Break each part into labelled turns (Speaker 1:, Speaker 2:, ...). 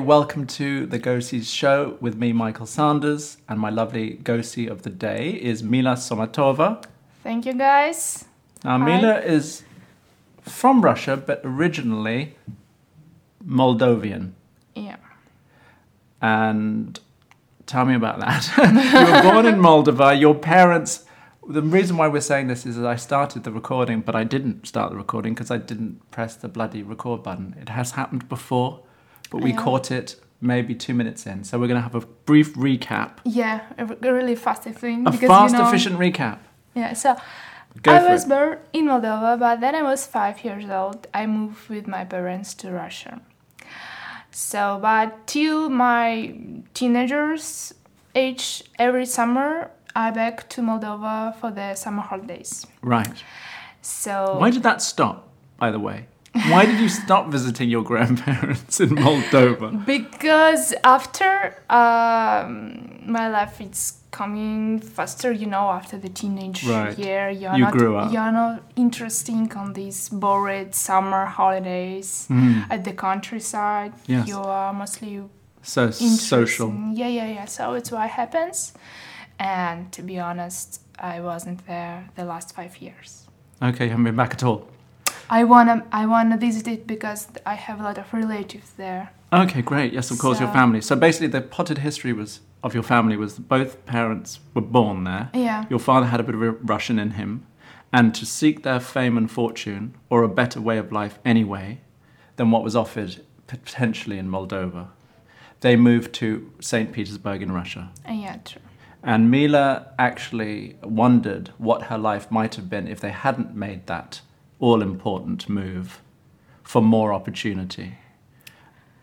Speaker 1: Welcome to the Go-Sees show with me, Michael Sanders, and my lovely Go-See of the day is Mila Somatova.
Speaker 2: Thank you guys.
Speaker 1: Now, Mila is from Russia, but originally Moldovan.
Speaker 2: Yeah.
Speaker 1: And tell me about that. you were born in Moldova. Your parents. The reason why we're saying this is that I started the recording, but I didn't start the recording because I didn't press the bloody record button. It has happened before, but we
Speaker 2: Yeah.
Speaker 1: caught it maybe two minutes in. So we're going to have a brief recap,
Speaker 2: Yeah, a r- a really fast thing.
Speaker 1: a
Speaker 2: because,
Speaker 1: fast,
Speaker 2: you know,
Speaker 1: efficient recap.
Speaker 2: Yeah, so
Speaker 1: Go
Speaker 2: I
Speaker 1: for
Speaker 2: was
Speaker 1: it.
Speaker 2: born in Moldova, but then I was five years old. I moved with my parents to Russia. So, but till my teenagers age, every summer I back to Moldova for the summer holidays.
Speaker 1: Right.
Speaker 2: So
Speaker 1: Why did that stop, by the way? Why did you stop visiting your grandparents in Moldova?
Speaker 2: because after um, my life it's coming faster you know after the teenage
Speaker 1: Right.
Speaker 2: year you're
Speaker 1: You
Speaker 2: not
Speaker 1: grew up.
Speaker 2: you're not interesting on these bored summer holidays at the countryside
Speaker 1: Mm-hmm. Yes.
Speaker 2: you are mostly
Speaker 1: So social.
Speaker 2: interesting. yeah yeah yeah so it's what happens and to be honest i wasn't there the last five years
Speaker 1: Okay, you haven't been back at all.
Speaker 2: i wanna i wanna visit it because i have a lot of relatives there
Speaker 1: Okay, great. Yes, of course, your
Speaker 2: So-
Speaker 1: family. So basically, the potted history was of your family was that both parents were born there.
Speaker 2: yeah
Speaker 1: Your father had a bit of a Russian in him, and to seek their fame and fortune or a better way of life anyway than what was offered potentially in Moldova, they moved to St. Petersburg in Russia.
Speaker 2: yeah true
Speaker 1: And Mila actually wondered what her life might have been if they hadn't made that all important move for more opportunity.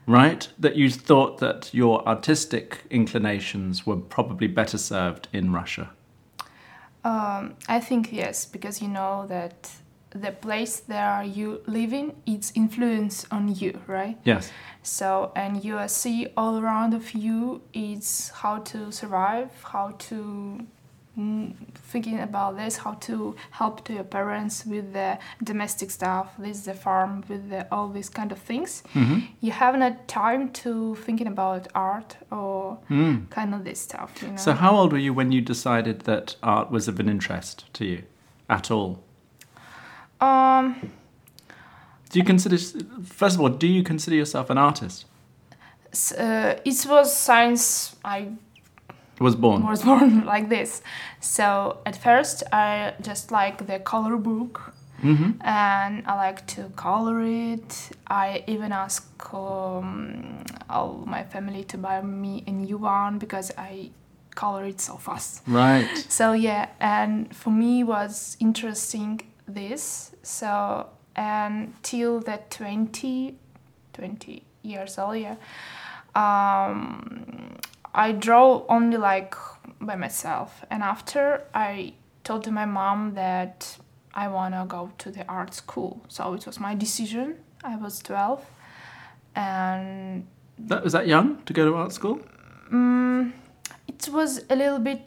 Speaker 1: Right? That you thought that your artistic inclinations were probably better served in Russia.
Speaker 2: Um, I think yes, because you know that the place there you live in, it's influence on you, right?
Speaker 1: Yes.
Speaker 2: So, and you see all around of you is how to survive, how to mm, thinking about this, how to help to your parents with the domestic stuff, with the farm, with the, all these kind of things. You have not time to thinking about art or kind of this stuff, you know.
Speaker 1: So, how old were you when you decided that art was of an interest to you at all?
Speaker 2: um.
Speaker 1: Do you consider, first of all, do you consider yourself an artist?
Speaker 2: S- uh, it was science I
Speaker 1: Was born.
Speaker 2: was born like this. So at first I just like the color book
Speaker 1: Mm-hmm.
Speaker 2: and I like to color it. I even ask um, all my family to buy me a new one because I color it so fast.
Speaker 1: Right.
Speaker 2: So yeah, and for me was interesting this. So and till the 20, 20 years old, yeah, um, I draw only like by myself. And after I told to my mom that I wanna go to the art school, so it was my decision. I was twelve, and
Speaker 1: That, was that young to go to art school?
Speaker 2: Mm, it was a little bit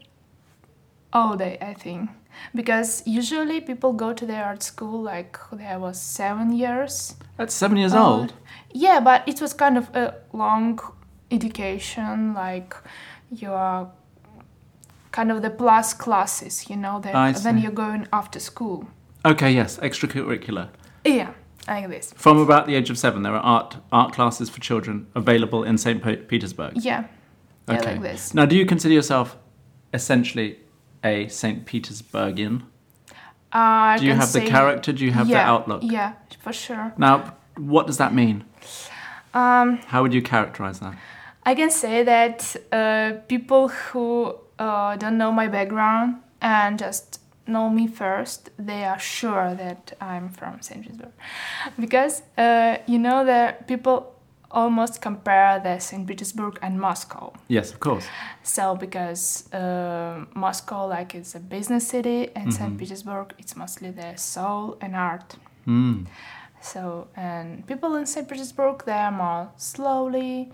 Speaker 2: older, I think, because usually people go to their art school like there was seven years.
Speaker 1: At seven years old?
Speaker 2: Yeah, but it was kind of a long education, like you are kind of the plus classes, you know,
Speaker 1: I
Speaker 2: that then
Speaker 1: see.
Speaker 2: you're going after school.
Speaker 1: Okay, yes, extracurricular.
Speaker 2: Yeah, like this.
Speaker 1: From about the age of seven, there are art art classes for children available in Saint Pe- Petersburg.
Speaker 2: Yeah, yeah,
Speaker 1: Okay.
Speaker 2: like this.
Speaker 1: Now, do you consider yourself essentially a Saint Petersburgian?
Speaker 2: Uh, I
Speaker 1: Do you
Speaker 2: can
Speaker 1: have the
Speaker 2: say-
Speaker 1: character? Do you have the
Speaker 2: yeah,
Speaker 1: outlook?
Speaker 2: Yeah, for sure.
Speaker 1: Now, what does that mean?
Speaker 2: Um,
Speaker 1: How would you characterize that?
Speaker 2: I can say that uh, people who uh, don't know my background and just know me first, they are sure that I'm from St. Petersburg. Because, uh, you know, that people almost compare the St. Petersburg and Moscow.
Speaker 1: Yes, of course.
Speaker 2: So, because uh, Moscow, like, is a business city, and St. Petersburg, it's mostly the soul and art.
Speaker 1: Mm.
Speaker 2: So, and people in St. Petersburg, they are more slowly,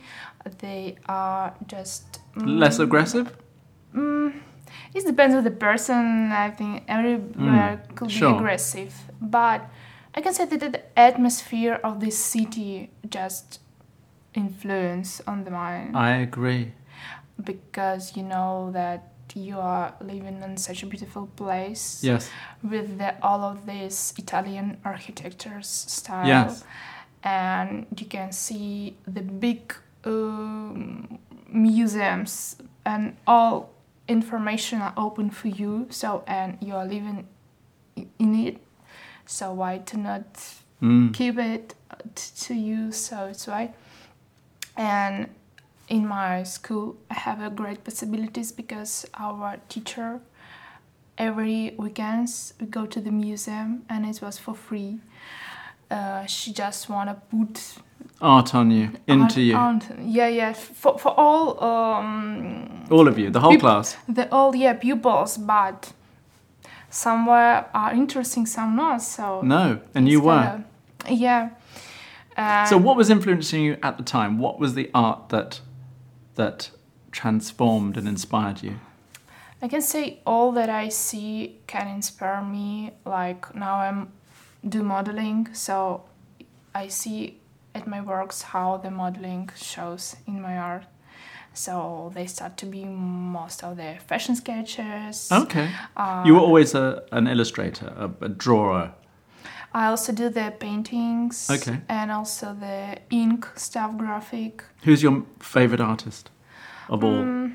Speaker 2: they are just. mm,
Speaker 1: Less aggressive.
Speaker 2: Mm, it depends on the person. I think everywhere could
Speaker 1: Mm, sure.
Speaker 2: be aggressive, but I can say that the atmosphere of this city just influence on the mind
Speaker 1: I agree.
Speaker 2: because you know that you are living in such a beautiful place
Speaker 1: Yes.
Speaker 2: with the, all of this Italian architecture's style.
Speaker 1: Yes.
Speaker 2: And you can see the big um, museums and all information are open for you. So, and you are living i- in it. So why to not
Speaker 1: Mm.
Speaker 2: keep it t- to you so it's right and in my school i have a great possibilities because our teacher every weekends we go to the museum and it was for free uh, she just wanna put
Speaker 1: Art on you, into
Speaker 2: on-
Speaker 1: you,
Speaker 2: on- yeah, yeah. For, for all um,
Speaker 1: all of you, the whole
Speaker 2: Peop-
Speaker 1: class.
Speaker 2: the all yeah pupils, but some were are interesting, some not. So
Speaker 1: No, and you
Speaker 2: it's
Speaker 1: were.
Speaker 2: kinda- yeah. And
Speaker 1: So what was influencing you at the time? What was the art that that transformed and inspired you?
Speaker 2: I can say all that I see can inspire me. Like now I'm do modeling, so I see at my works how the modeling shows in my art. So they start to be most of the fashion sketches.
Speaker 1: Okay.
Speaker 2: Uh,
Speaker 1: You were always a, an illustrator, a, a drawer.
Speaker 2: I also do the paintings.
Speaker 1: Okay.
Speaker 2: And also the ink stuff graphic.
Speaker 1: Who's your favorite artist of all?
Speaker 2: Mm,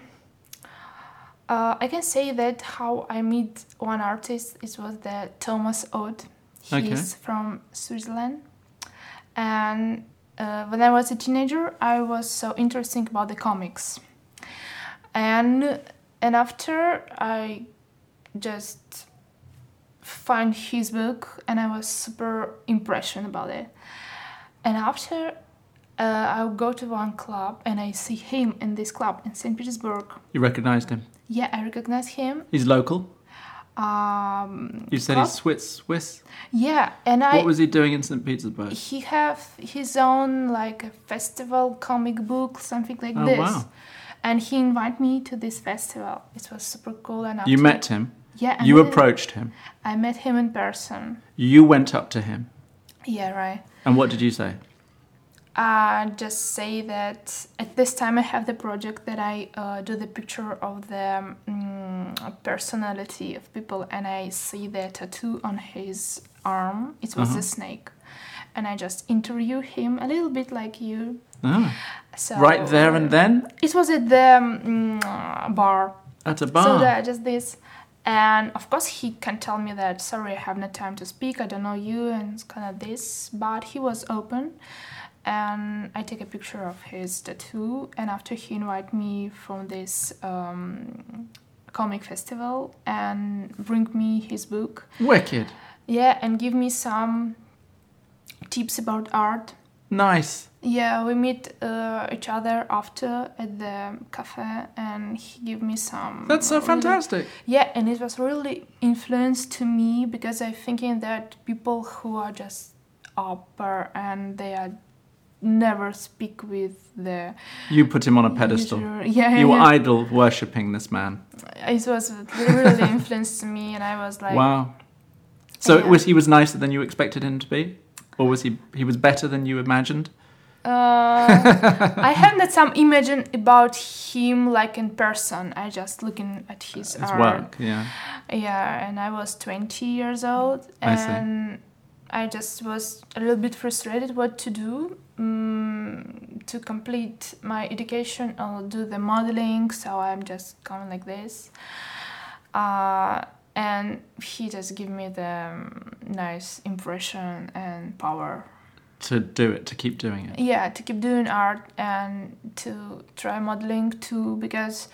Speaker 2: uh, I can say that how I meet one artist. It was the Thomas Oud. He's
Speaker 1: Okay.
Speaker 2: from Switzerland, and uh, when I was a teenager, I was so interested about the comics, and and after I just find his book, and I was super impressed about it. And after uh, I would go to one club and I see him in this club in St. Petersburg.
Speaker 1: You recognized him.
Speaker 2: Yeah, I recognize him.
Speaker 1: He's local.
Speaker 2: Um,
Speaker 1: You said
Speaker 2: club.
Speaker 1: he's Swiss. Swiss.
Speaker 2: yeah, and I
Speaker 1: what was he doing in St. Petersburg?
Speaker 2: he have his own like a festival comic book something like
Speaker 1: Oh,
Speaker 2: this.
Speaker 1: wow.
Speaker 2: And he invited me to this festival. It was super cool. And
Speaker 1: You
Speaker 2: after-
Speaker 1: met him.
Speaker 2: Yeah, I
Speaker 1: You
Speaker 2: met him-
Speaker 1: approached him.
Speaker 2: I met him in person.
Speaker 1: You went up to him.
Speaker 2: Yeah, right.
Speaker 1: And what did you say?
Speaker 2: uh, just say that at this time I have the project that I uh, do the picture of the mm, personality of people, and I see the tattoo on his arm. It was
Speaker 1: Uh-huh.
Speaker 2: a snake, and I just interview him a little bit like you.
Speaker 1: Ah,
Speaker 2: So
Speaker 1: right there and then
Speaker 2: It was at the mm, uh, bar.
Speaker 1: at a
Speaker 2: So
Speaker 1: bar.
Speaker 2: that just this. And of course, he can tell me that, sorry, I have no time to speak, I don't know you, and kind of this. But he was open, and I take a picture of his tattoo. And after he invited me from this um, comic festival and bring me his book,
Speaker 1: Wicked.
Speaker 2: yeah, and give me some tips about art.
Speaker 1: Nice.
Speaker 2: Yeah, we meet uh, each other after at the cafe, and he give me some.
Speaker 1: That's so
Speaker 2: little-
Speaker 1: fantastic.
Speaker 2: yeah, and it was really influence to me because i thinking that people who are just upper and they are never speak with the
Speaker 1: You put him on a pedestal.
Speaker 2: usual- Yeah,
Speaker 1: You were
Speaker 2: yeah.
Speaker 1: idol worshipping this man.
Speaker 2: it was really influence to me, and I was like,
Speaker 1: Wow. So it
Speaker 2: Yeah.
Speaker 1: was he was nicer than you expected him to be, or was he he was better than you imagined?
Speaker 2: uh, I had that some imagine about him like in person. I just looking at his,
Speaker 1: His
Speaker 2: art.
Speaker 1: work, yeah.
Speaker 2: Yeah, and I was 20 years old,
Speaker 1: I see.
Speaker 2: and I just was a little bit frustrated what to do mm, to complete my education or do the modeling. So I'm just coming like this, uh, and he just gave me the um, nice impression and power.
Speaker 1: To do it, to keep doing it.
Speaker 2: Yeah, to keep doing art and to try modeling too, because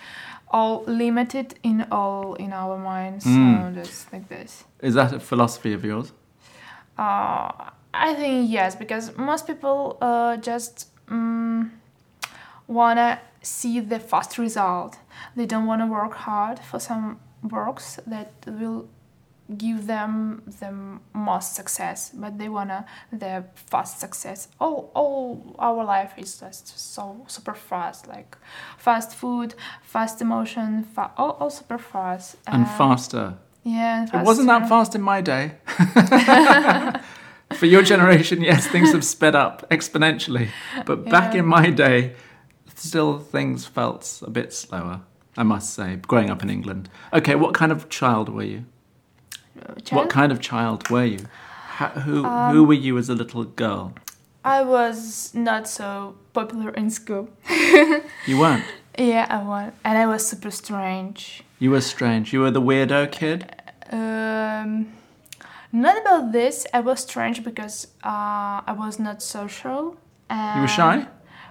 Speaker 2: all limited in all in our minds.
Speaker 1: Mm.
Speaker 2: So just like this.
Speaker 1: Is that a philosophy of yours?
Speaker 2: Uh, I think yes, because most people uh, just mm wanna see the fast result. They don't wanna work hard for some works that will give them the most success, but they wanna the fast success. All all our life is just so super fast, like fast food, fast emotion, fa- all, all super fast.
Speaker 1: And
Speaker 2: Uh,
Speaker 1: faster.
Speaker 2: Yeah, and
Speaker 1: It wasn't that
Speaker 2: faster.
Speaker 1: fast in my day. For your generation, yes, things have sped up exponentially. But back
Speaker 2: Yeah.
Speaker 1: in my day, still things felt a bit slower, I must say, growing up in England. Okay, what kind of child were you? What
Speaker 2: Child- Um,
Speaker 1: kind of child were you? How, who, who were you as a little girl?
Speaker 2: I was not so popular in school.
Speaker 1: You weren't.
Speaker 2: Yeah, I was, and I was super strange.
Speaker 1: You were strange. You were the weirdo kid?
Speaker 2: Um, not about this. I was strange because uh, I was not social. And
Speaker 1: You were
Speaker 2: Um,
Speaker 1: shy?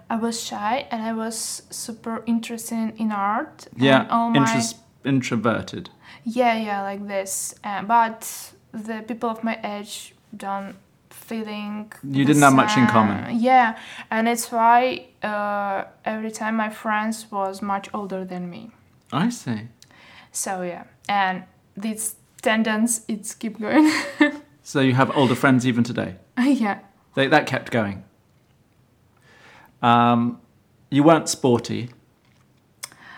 Speaker 2: I was shy, and I was super interested in art.
Speaker 1: Yeah,
Speaker 2: and all oh, my-
Speaker 1: intros- introverted.
Speaker 2: Yeah, yeah, like this. Uh, but the people of my age don't feeling.
Speaker 1: You
Speaker 2: the
Speaker 1: didn't have much in
Speaker 2: same.
Speaker 1: common.
Speaker 2: Yeah, and it's why uh, every time my friends was much older than me.
Speaker 1: I see.
Speaker 2: So yeah, and this tendency it's keep going.
Speaker 1: So you have older friends even today?
Speaker 2: yeah,
Speaker 1: They, that kept going. Um, you weren't sporty.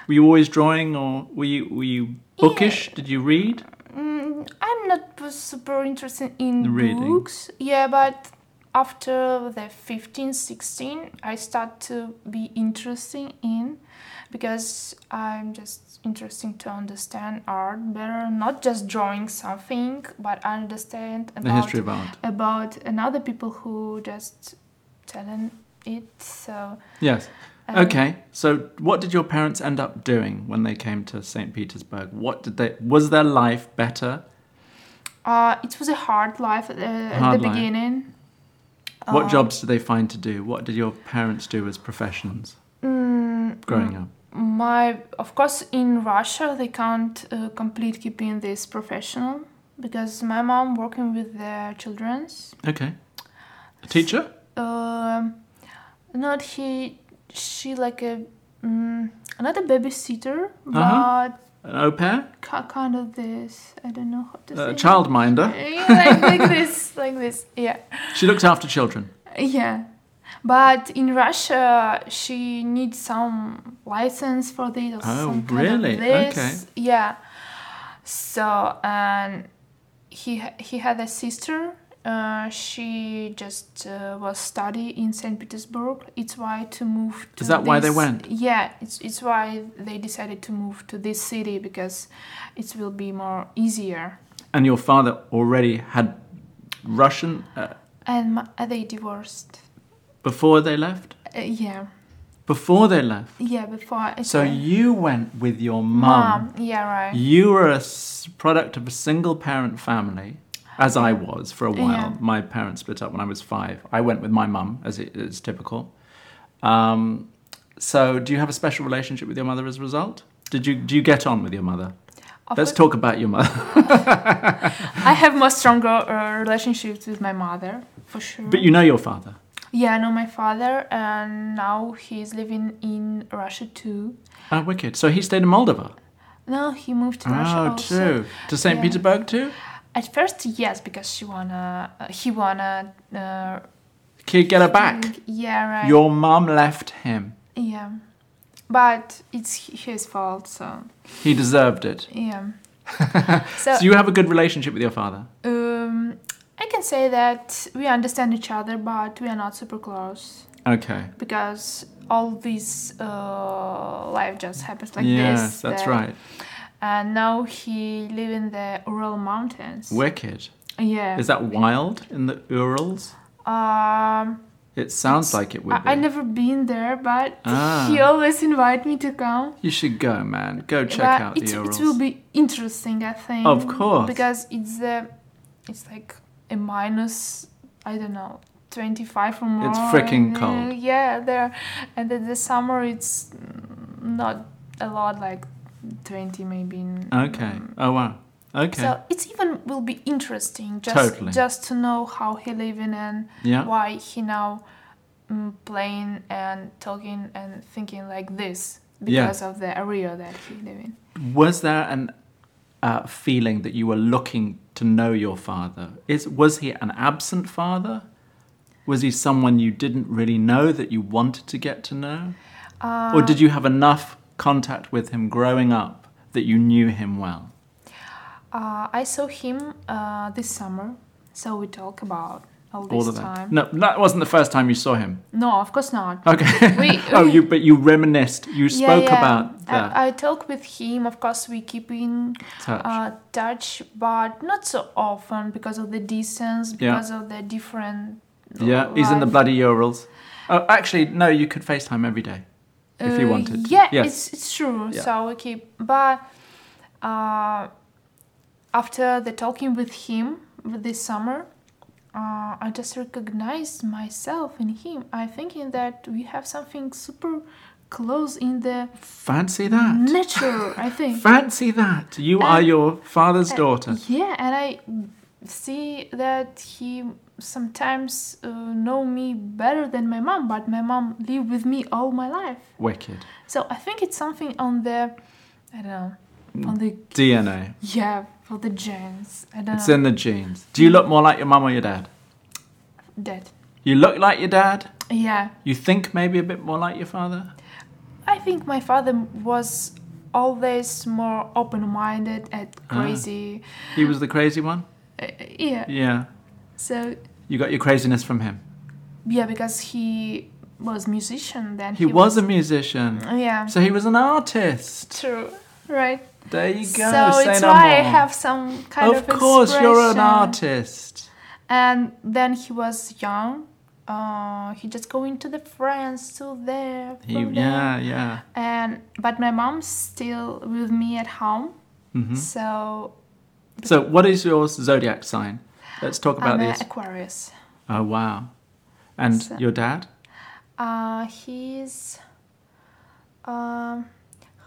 Speaker 1: Were you always drawing, or were you were you bookish? Did you read?
Speaker 2: mm, I'm not p- super interested in
Speaker 1: Reading.
Speaker 2: books. Yeah, but after the 15, 16, I start to be interesting in because I'm just interesting to understand art better, not just drawing something, but I understand about
Speaker 1: The history of art.
Speaker 2: about another people who just talent it. So
Speaker 1: Yes.
Speaker 2: um,
Speaker 1: Okay. So, what did your parents end up doing when they came to Saint Petersburg? What did they? Was their life better?
Speaker 2: Uh, it was a hard life uh, at
Speaker 1: Hard
Speaker 2: the
Speaker 1: life.
Speaker 2: beginning.
Speaker 1: what
Speaker 2: Uh,
Speaker 1: jobs did they find to do? What did your parents do as professions
Speaker 2: mm,
Speaker 1: growing up?
Speaker 2: My, of course, in Russia they can't uh, complete keeping this professional because my mom working with the childrens.
Speaker 1: Okay. A teacher?
Speaker 2: Um, not he, she like a mm, not a babysitter,
Speaker 1: Uh-huh.
Speaker 2: but
Speaker 1: An au pair?
Speaker 2: ki- kind of this. I don't know how to say.
Speaker 1: A
Speaker 2: it.
Speaker 1: childminder?
Speaker 2: Yeah, like, like this, like this. Yeah.
Speaker 1: She looked after children.
Speaker 2: Yeah. But in Russia, she needs some license for this or
Speaker 1: Oh,
Speaker 2: some
Speaker 1: really?
Speaker 2: kind of this.
Speaker 1: Okay.
Speaker 2: Yeah. So and he ha- he had a sister. Uh, she just uh, was study in Saint Petersburg. It's why to move. To
Speaker 1: Is that why they
Speaker 2: this-
Speaker 1: went?
Speaker 2: Yeah, it's it's why they decided to move to this city because it will be more easier.
Speaker 1: And your father already had Russian uh,
Speaker 2: And my, they divorced.
Speaker 1: before they left?
Speaker 2: Uh, yeah,
Speaker 1: Before they left.
Speaker 2: yeah. Before.
Speaker 1: So
Speaker 2: yeah.
Speaker 1: you went with your mum.
Speaker 2: yeah, right.
Speaker 1: You were a s- product of a single parent family, as I was for a while.
Speaker 2: Yeah.
Speaker 1: My parents split up when I was five. I went with my mum, as it is typical. Um, so do you have a special relationship with your mother as a result? Did you, do you get on with your mother?
Speaker 2: Of
Speaker 1: Let's
Speaker 2: course,
Speaker 1: talk about your mother.
Speaker 2: I have much stronger uh, relationships with my mother, for sure.
Speaker 1: But you know your father.
Speaker 2: yeah, I know my father, and now he's living in Russia too.
Speaker 1: Ah, wicked. So he stayed in Moldova.
Speaker 2: No, he moved to Russia
Speaker 1: Oh,
Speaker 2: also.
Speaker 1: too. To St.
Speaker 2: Yeah.
Speaker 1: Petersburg, too?
Speaker 2: At first, yes, because she wanna, uh, he wanna. Uh,
Speaker 1: Kid, get her back.
Speaker 2: think- Yeah, Mm, right.
Speaker 1: Your mum left him.
Speaker 2: yeah, but it's h- his fault, so
Speaker 1: He deserved it.
Speaker 2: yeah.
Speaker 1: So you have a good relationship with your father.
Speaker 2: um, I can say that we understand each other, but we are not super close.
Speaker 1: Okay.
Speaker 2: because all this uh, life just happens like
Speaker 1: yes,
Speaker 2: this.
Speaker 1: that's
Speaker 2: that-
Speaker 1: right.
Speaker 2: And now he live in the Ural Mountains.
Speaker 1: Wicked.
Speaker 2: Yeah.
Speaker 1: Is that wild in the Urals?
Speaker 2: um,
Speaker 1: It sounds
Speaker 2: It's-
Speaker 1: like it would
Speaker 2: I,
Speaker 1: be.
Speaker 2: I never been there, but
Speaker 1: Ah.
Speaker 2: he always invite me to come.
Speaker 1: you should go, man. Go check
Speaker 2: But
Speaker 1: out
Speaker 2: it,
Speaker 1: the Urals.
Speaker 2: it will be interesting, I think.
Speaker 1: Of course.
Speaker 2: Because it's a, it's like a minus, I don't know, twenty five or more.
Speaker 1: It's freaking
Speaker 2: and, uh,
Speaker 1: cold.
Speaker 2: Yeah, there, and in the summer it's mm, not a lot, like twenty maybe.
Speaker 1: okay.
Speaker 2: Mm.
Speaker 1: Oh, wow. Okay.
Speaker 2: So it's even will be interesting just
Speaker 1: Totally.
Speaker 2: just to know how he living and
Speaker 1: yeah.
Speaker 2: why he now mm, playing and talking and thinking like this
Speaker 1: Yeah.
Speaker 2: because of the area that he live in.
Speaker 1: Was there an uh, feeling that you were looking to know your father? Is was he an absent father? Was he someone you didn't really know that you wanted to get to know,
Speaker 2: Uh,
Speaker 1: or did you have enough contact with him growing up that you knew him well?
Speaker 2: Uh, I saw him uh, this summer, so we talk about all this
Speaker 1: all of that.
Speaker 2: time.
Speaker 1: No, that wasn't the first time you saw him.
Speaker 2: No, of course not.
Speaker 1: Okay.
Speaker 2: We-
Speaker 1: oh,
Speaker 2: we-
Speaker 1: you but you reminisced. You
Speaker 2: Yeah,
Speaker 1: spoke
Speaker 2: yeah. Uh,
Speaker 1: about that.
Speaker 2: I, I talk with him. Of course, we keep in
Speaker 1: touch.
Speaker 2: uh, touch, but not so often because of the distance,
Speaker 1: Yeah.
Speaker 2: because of the different.
Speaker 1: yeah, he's in the
Speaker 2: life.
Speaker 1: bloody Urals. Oh, actually, no. You could FaceTime every day if you
Speaker 2: Uh,
Speaker 1: wanted.
Speaker 2: Yeah,
Speaker 1: Yes.
Speaker 2: it's it's true.
Speaker 1: Yeah.
Speaker 2: So we keep, but uh, after the talking with him this summer, uh, I just recognized myself in him. I thinking that we have something super close in the
Speaker 1: Fancy that.
Speaker 2: nature. I think.
Speaker 1: Fancy that. You
Speaker 2: Uh,
Speaker 1: are your father's daughter.
Speaker 2: Yeah, and I see that he sometimes uh, know me better than my mom, but my mom lived with me all my life.
Speaker 1: Wicked.
Speaker 2: So I think it's something on the, I don't know,
Speaker 1: Mm.
Speaker 2: on the
Speaker 1: DNA.
Speaker 2: yeah, for the genes. I don't
Speaker 1: It's
Speaker 2: know.
Speaker 1: in the genes. Do you look more like your mum or your dad?
Speaker 2: That
Speaker 1: You look like your dad.
Speaker 2: yeah,
Speaker 1: You think maybe a bit more like your father?
Speaker 2: I think my father was always more open-minded and
Speaker 1: Ah.
Speaker 2: crazy.
Speaker 1: He was the crazy one?
Speaker 2: Uh, yeah.
Speaker 1: Yeah.
Speaker 2: So
Speaker 1: You got your craziness from him.
Speaker 2: yeah, because he was musician then.
Speaker 1: He was a musician.
Speaker 2: yeah.
Speaker 1: So he was an artist.
Speaker 2: True. Right.
Speaker 1: There you go.
Speaker 2: So
Speaker 1: Say
Speaker 2: it's
Speaker 1: no
Speaker 2: why I
Speaker 1: more.
Speaker 2: have some kind of
Speaker 1: Of course, you're an
Speaker 2: expression.
Speaker 1: artist.
Speaker 2: And then he was young. Uh, he just going to the friends to there.
Speaker 1: He,
Speaker 2: from there.
Speaker 1: yeah, yeah.
Speaker 2: And but my mom's still with me at home.
Speaker 1: hmm
Speaker 2: So
Speaker 1: So, what is your zodiac sign? Let's talk about
Speaker 2: I'm a
Speaker 1: this.
Speaker 2: Aquarius.
Speaker 1: Oh, wow. And
Speaker 2: So-
Speaker 1: your dad?
Speaker 2: Uh, he's um,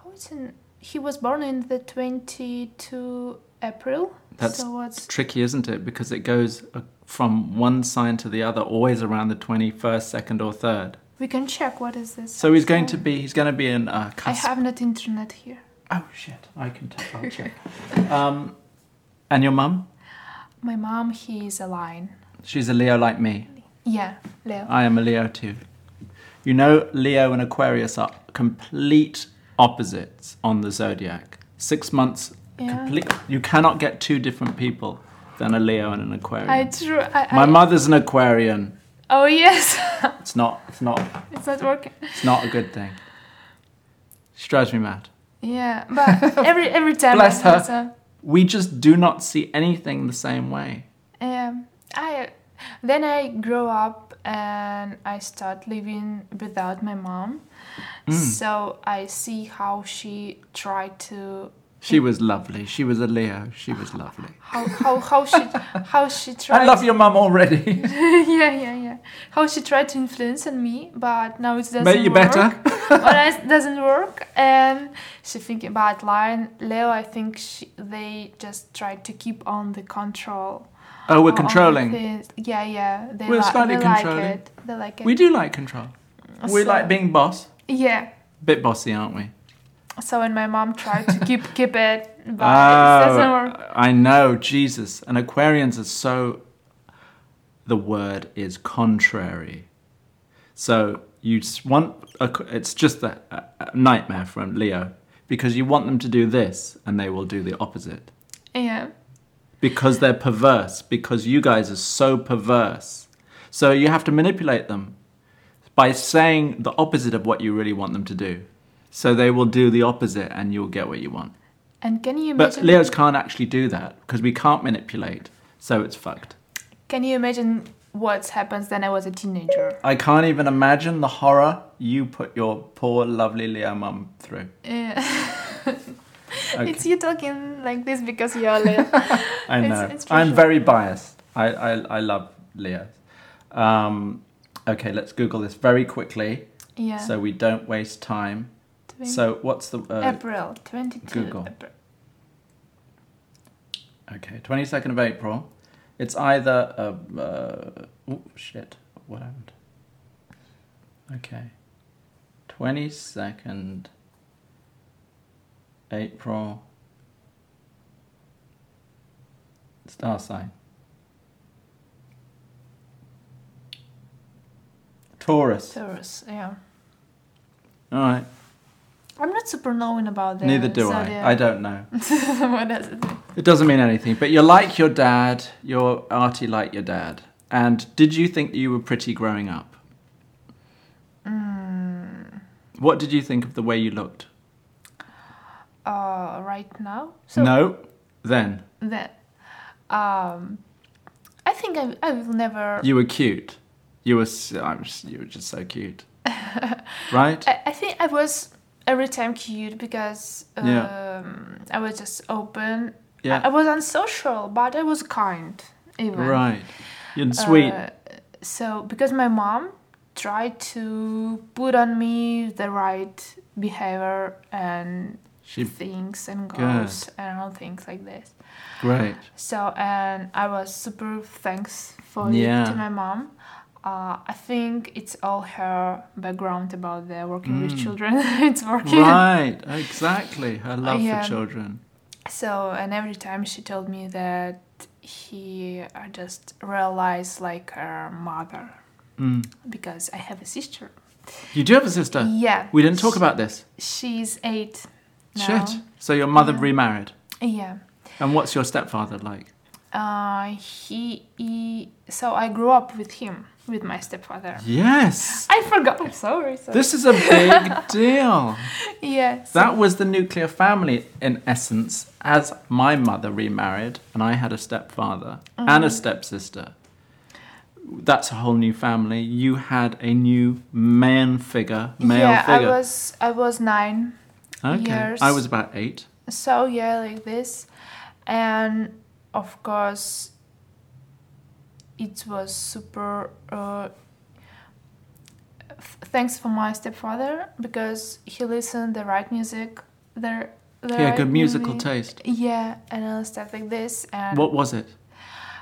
Speaker 2: how is it? He was born in the twenty two April.
Speaker 1: That's
Speaker 2: so what's
Speaker 1: tricky, isn't it? Because it goes uh, from one sign to the other, always around the 21st, 2nd, or 3rd.
Speaker 2: we can check what is this.
Speaker 1: So he's going
Speaker 2: Okay.
Speaker 1: to be, he's going to be in uh,
Speaker 2: I
Speaker 1: cusp.
Speaker 2: have not internet here.
Speaker 1: Oh, shit. I can t- I'll check. um, and your mum?
Speaker 2: My mom, he is a lion.
Speaker 1: She's a Leo like me.
Speaker 2: Yeah, Leo.
Speaker 1: I am a Leo too. You know, Leo and Aquarius are complete opposites on the zodiac. Six months,
Speaker 2: Yeah.
Speaker 1: complete. You cannot get two different people than a Leo and an Aquarian.
Speaker 2: I true. I,
Speaker 1: My
Speaker 2: I,
Speaker 1: mother's an Aquarian.
Speaker 2: Oh yes,
Speaker 1: It's not. It's not.
Speaker 2: it's not working.
Speaker 1: It's not a good thing. She drives me mad.
Speaker 2: Yeah, but every every time.
Speaker 1: Bless
Speaker 2: I
Speaker 1: her.
Speaker 2: So,
Speaker 1: We just do not see anything the same way.
Speaker 2: um, I then I grow up and I start living without my mom.
Speaker 1: Mm.
Speaker 2: So I see how she tried to
Speaker 1: She was lovely. She was a Leo. She was lovely.
Speaker 2: how how how she how she tried.
Speaker 1: I love your mum already.
Speaker 2: yeah, yeah, yeah. How she tried to influence on me, but now it doesn't
Speaker 1: Made you
Speaker 2: work.
Speaker 1: better.
Speaker 2: but it doesn't work and she thinking about lion leo i think she, they just try to keep on the control
Speaker 1: Oh, we're
Speaker 2: on the
Speaker 1: controlling.
Speaker 2: things. yeah yeah they,
Speaker 1: We're
Speaker 2: li-
Speaker 1: slightly
Speaker 2: they
Speaker 1: controlling.
Speaker 2: like it they like it
Speaker 1: We do like control. We
Speaker 2: So-
Speaker 1: like being boss.
Speaker 2: yeah
Speaker 1: Bit bossy, aren't we?
Speaker 2: so when my mom tried to keep keep it but it doesn't work
Speaker 1: Oh, I know, Jesus. And Aquarians are so. The word is contrary. So you s- want. Aqu- It's just a, a a nightmare from Leo because you want them to do this and they will do the opposite
Speaker 2: yeah
Speaker 1: because they're perverse, because you guys are so perverse. So you have to manipulate them by saying the opposite of what you really want them to do. So they will do the opposite and you'll get what you want.
Speaker 2: and can you
Speaker 1: But
Speaker 2: imagine
Speaker 1: Leos can't actually do that because we can't manipulate, so it's fucked.
Speaker 2: can you imagine what happens when i was a teenager
Speaker 1: I can't even imagine the horror you put your poor, lovely Leo mum through.
Speaker 2: yeah.
Speaker 1: Okay.
Speaker 2: it's you talking like this because you're leo
Speaker 1: I
Speaker 2: It's-
Speaker 1: know.
Speaker 2: it's
Speaker 1: I'm
Speaker 2: true.
Speaker 1: very biased. I, I, I love Leos. Um, okay, let's Google this very quickly
Speaker 2: yeah
Speaker 1: so we don't waste time.
Speaker 2: Twenty-
Speaker 1: So, what's the. Uh,
Speaker 2: April 22.
Speaker 1: Google.
Speaker 2: April.
Speaker 1: okay, 22nd of April. It's either. Uh, uh, oh, shit. What happened? Okay. 22nd April. Star sign. Taurus.
Speaker 2: Taurus, yeah.
Speaker 1: All right.
Speaker 2: I'm not super knowing about that.
Speaker 1: Neither do I. I don't know.
Speaker 2: what does it mean?
Speaker 1: It doesn't mean anything, but you're like your dad. You're arty like your dad. And did you think you were pretty growing up?
Speaker 2: Mm,
Speaker 1: What did you think of the way you looked?
Speaker 2: Uh, right now. So
Speaker 1: no, then
Speaker 2: then, um, I think I, I will never.
Speaker 1: you were cute. You were s- I'm s- you were just so cute, right?
Speaker 2: I, I think I was every time cute because um,
Speaker 1: Yeah.
Speaker 2: I was just open.
Speaker 1: Yeah.
Speaker 2: I, I was unsocial, but I was kind. Even.
Speaker 1: Right. You're sweet.
Speaker 2: Uh, so because my mom tried to put on me the right behavior and
Speaker 1: She
Speaker 2: things and
Speaker 1: Good.
Speaker 2: goals and all things like this.
Speaker 1: great.
Speaker 2: So and I was super thanks for
Speaker 1: Yeah.
Speaker 2: it to my mom. Uh, I think it's all her background about the working with
Speaker 1: Mm.
Speaker 2: children. it's working.
Speaker 1: Right. Exactly. Her love
Speaker 2: Yeah.
Speaker 1: for children.
Speaker 2: So and every time she told me that he, I just realized like her mother
Speaker 1: Mm.
Speaker 2: because I have a sister.
Speaker 1: You do have a sister.
Speaker 2: Yeah.
Speaker 1: We didn't talk about this.
Speaker 2: She's eight. Now.
Speaker 1: Shit. So your mother
Speaker 2: Yeah.
Speaker 1: remarried.
Speaker 2: Yeah.
Speaker 1: And what's your stepfather like?
Speaker 2: Uh, he, he. So I grew up with him, with my stepfather.
Speaker 1: Yes.
Speaker 2: I forgot. I'm sorry. sorry.
Speaker 1: This is a big deal.
Speaker 2: Yes.
Speaker 1: That was the nuclear family in essence, as my mother remarried and I had a stepfather and
Speaker 2: Mm.
Speaker 1: a stepsister. That's a whole new family. You had a new man figure, male
Speaker 2: yeah,
Speaker 1: figure.
Speaker 2: I was I was nine,
Speaker 1: okay.
Speaker 2: years.
Speaker 1: I was about eight.
Speaker 2: so yeah, like this, and of course, it was super. Uh, th- thanks for my stepfather because he listened the right music, the, the
Speaker 1: yeah,
Speaker 2: right
Speaker 1: good musical
Speaker 2: movie.
Speaker 1: taste.
Speaker 2: Yeah, and other stuff like this, and
Speaker 1: What was it?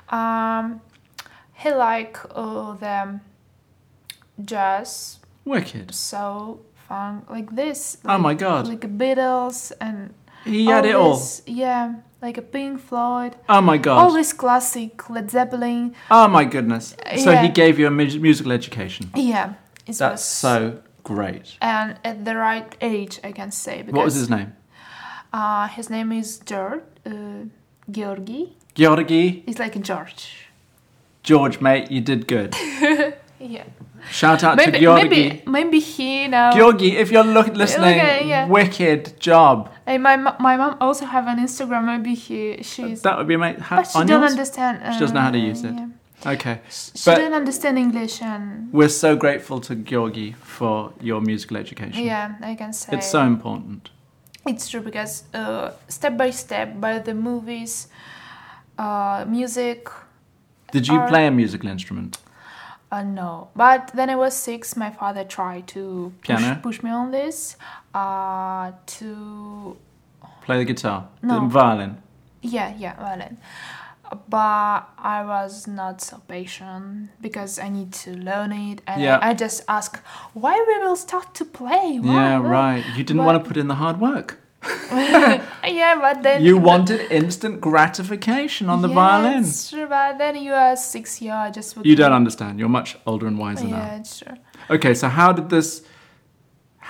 Speaker 2: um, he like all the jazz,
Speaker 1: Wicked.
Speaker 2: so funk like this.
Speaker 1: Oh
Speaker 2: like-
Speaker 1: my god.
Speaker 2: like a Beatles and
Speaker 1: He had it all.
Speaker 2: this- yeah, like a Pink Floyd,
Speaker 1: Oh my
Speaker 2: all
Speaker 1: god.
Speaker 2: this classic Led Zeppelin.
Speaker 1: Oh my goodness.
Speaker 2: Uh,
Speaker 1: So he
Speaker 2: yeah.
Speaker 1: gave you a mu- musical education.
Speaker 2: Yeah, it
Speaker 1: That's
Speaker 2: was
Speaker 1: so great.
Speaker 2: and at the right age, I can say. Because,
Speaker 1: What was his name?
Speaker 2: Uh, his name is George. Uh, Georgi.
Speaker 1: Georgi.
Speaker 2: It's like George.
Speaker 1: George, mate, you did good.
Speaker 2: Yeah.
Speaker 1: Shout out to
Speaker 2: Maybe,
Speaker 1: Georgi.
Speaker 2: maybe, maybe he now.
Speaker 1: Georgi, if you're look, listening,
Speaker 2: Okay, yeah.
Speaker 1: wicked job.
Speaker 2: and my mo- my mom also have an Instagram. Maybe he she's.
Speaker 1: That would be mate. Ha-
Speaker 2: but she
Speaker 1: on
Speaker 2: don't
Speaker 1: yours?
Speaker 2: understand.
Speaker 1: She doesn't know how to
Speaker 2: uh,
Speaker 1: use it.
Speaker 2: yeah.
Speaker 1: Okay.
Speaker 2: She
Speaker 1: But-
Speaker 2: do not understand English and
Speaker 1: We're so grateful to Georgi for your musical education.
Speaker 2: yeah, I can say.
Speaker 1: It's uh, so important.
Speaker 2: It's true because uh, step by step, by the movies, uh, music,
Speaker 1: Did you
Speaker 2: Our-
Speaker 1: play a musical instrument?
Speaker 2: uh, no. But then I was six. My father tried to push,
Speaker 1: Piano?
Speaker 2: push me on this. Uh, to
Speaker 1: Play the guitar? The
Speaker 2: No.
Speaker 1: violin?
Speaker 2: yeah, yeah, violin. But I was not so patient because I need to learn it, and
Speaker 1: Yeah.
Speaker 2: I just ask why we will start to play. Why?
Speaker 1: yeah,
Speaker 2: why?"
Speaker 1: right. You didn't
Speaker 2: but-
Speaker 1: want to put in the hard work.
Speaker 2: Yeah, but then
Speaker 1: You wanted instant gratification on the violin.
Speaker 2: Yes, sure, but then you are six year. I just would
Speaker 1: You don't understand. You're much older and wiser now.
Speaker 2: Yeah, it's true.
Speaker 1: Okay, so how did this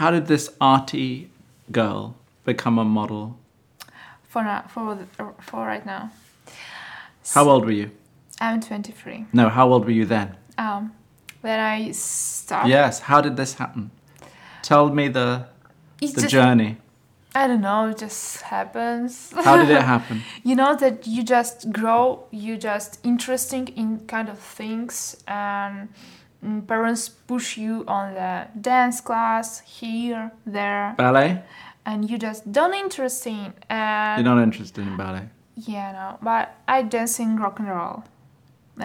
Speaker 1: how did this arty girl become a model?
Speaker 2: for now, for for right now.
Speaker 1: How old were you?
Speaker 2: I'm 23.
Speaker 1: No, how old were you then?
Speaker 2: Um, then I start.
Speaker 1: Yes, how did this happen? Tell me the
Speaker 2: It's
Speaker 1: the
Speaker 2: just
Speaker 1: journey.
Speaker 2: I don't know. It just happens.
Speaker 1: How did it happen?
Speaker 2: you know that you just grow. You just interesting in kind of things and. mm, Parents push you on the dance class here, there,
Speaker 1: Ballet?
Speaker 2: and you just don't interesting. And
Speaker 1: You're not interested in ballet.
Speaker 2: Yeah, no, but I dancing rock and roll.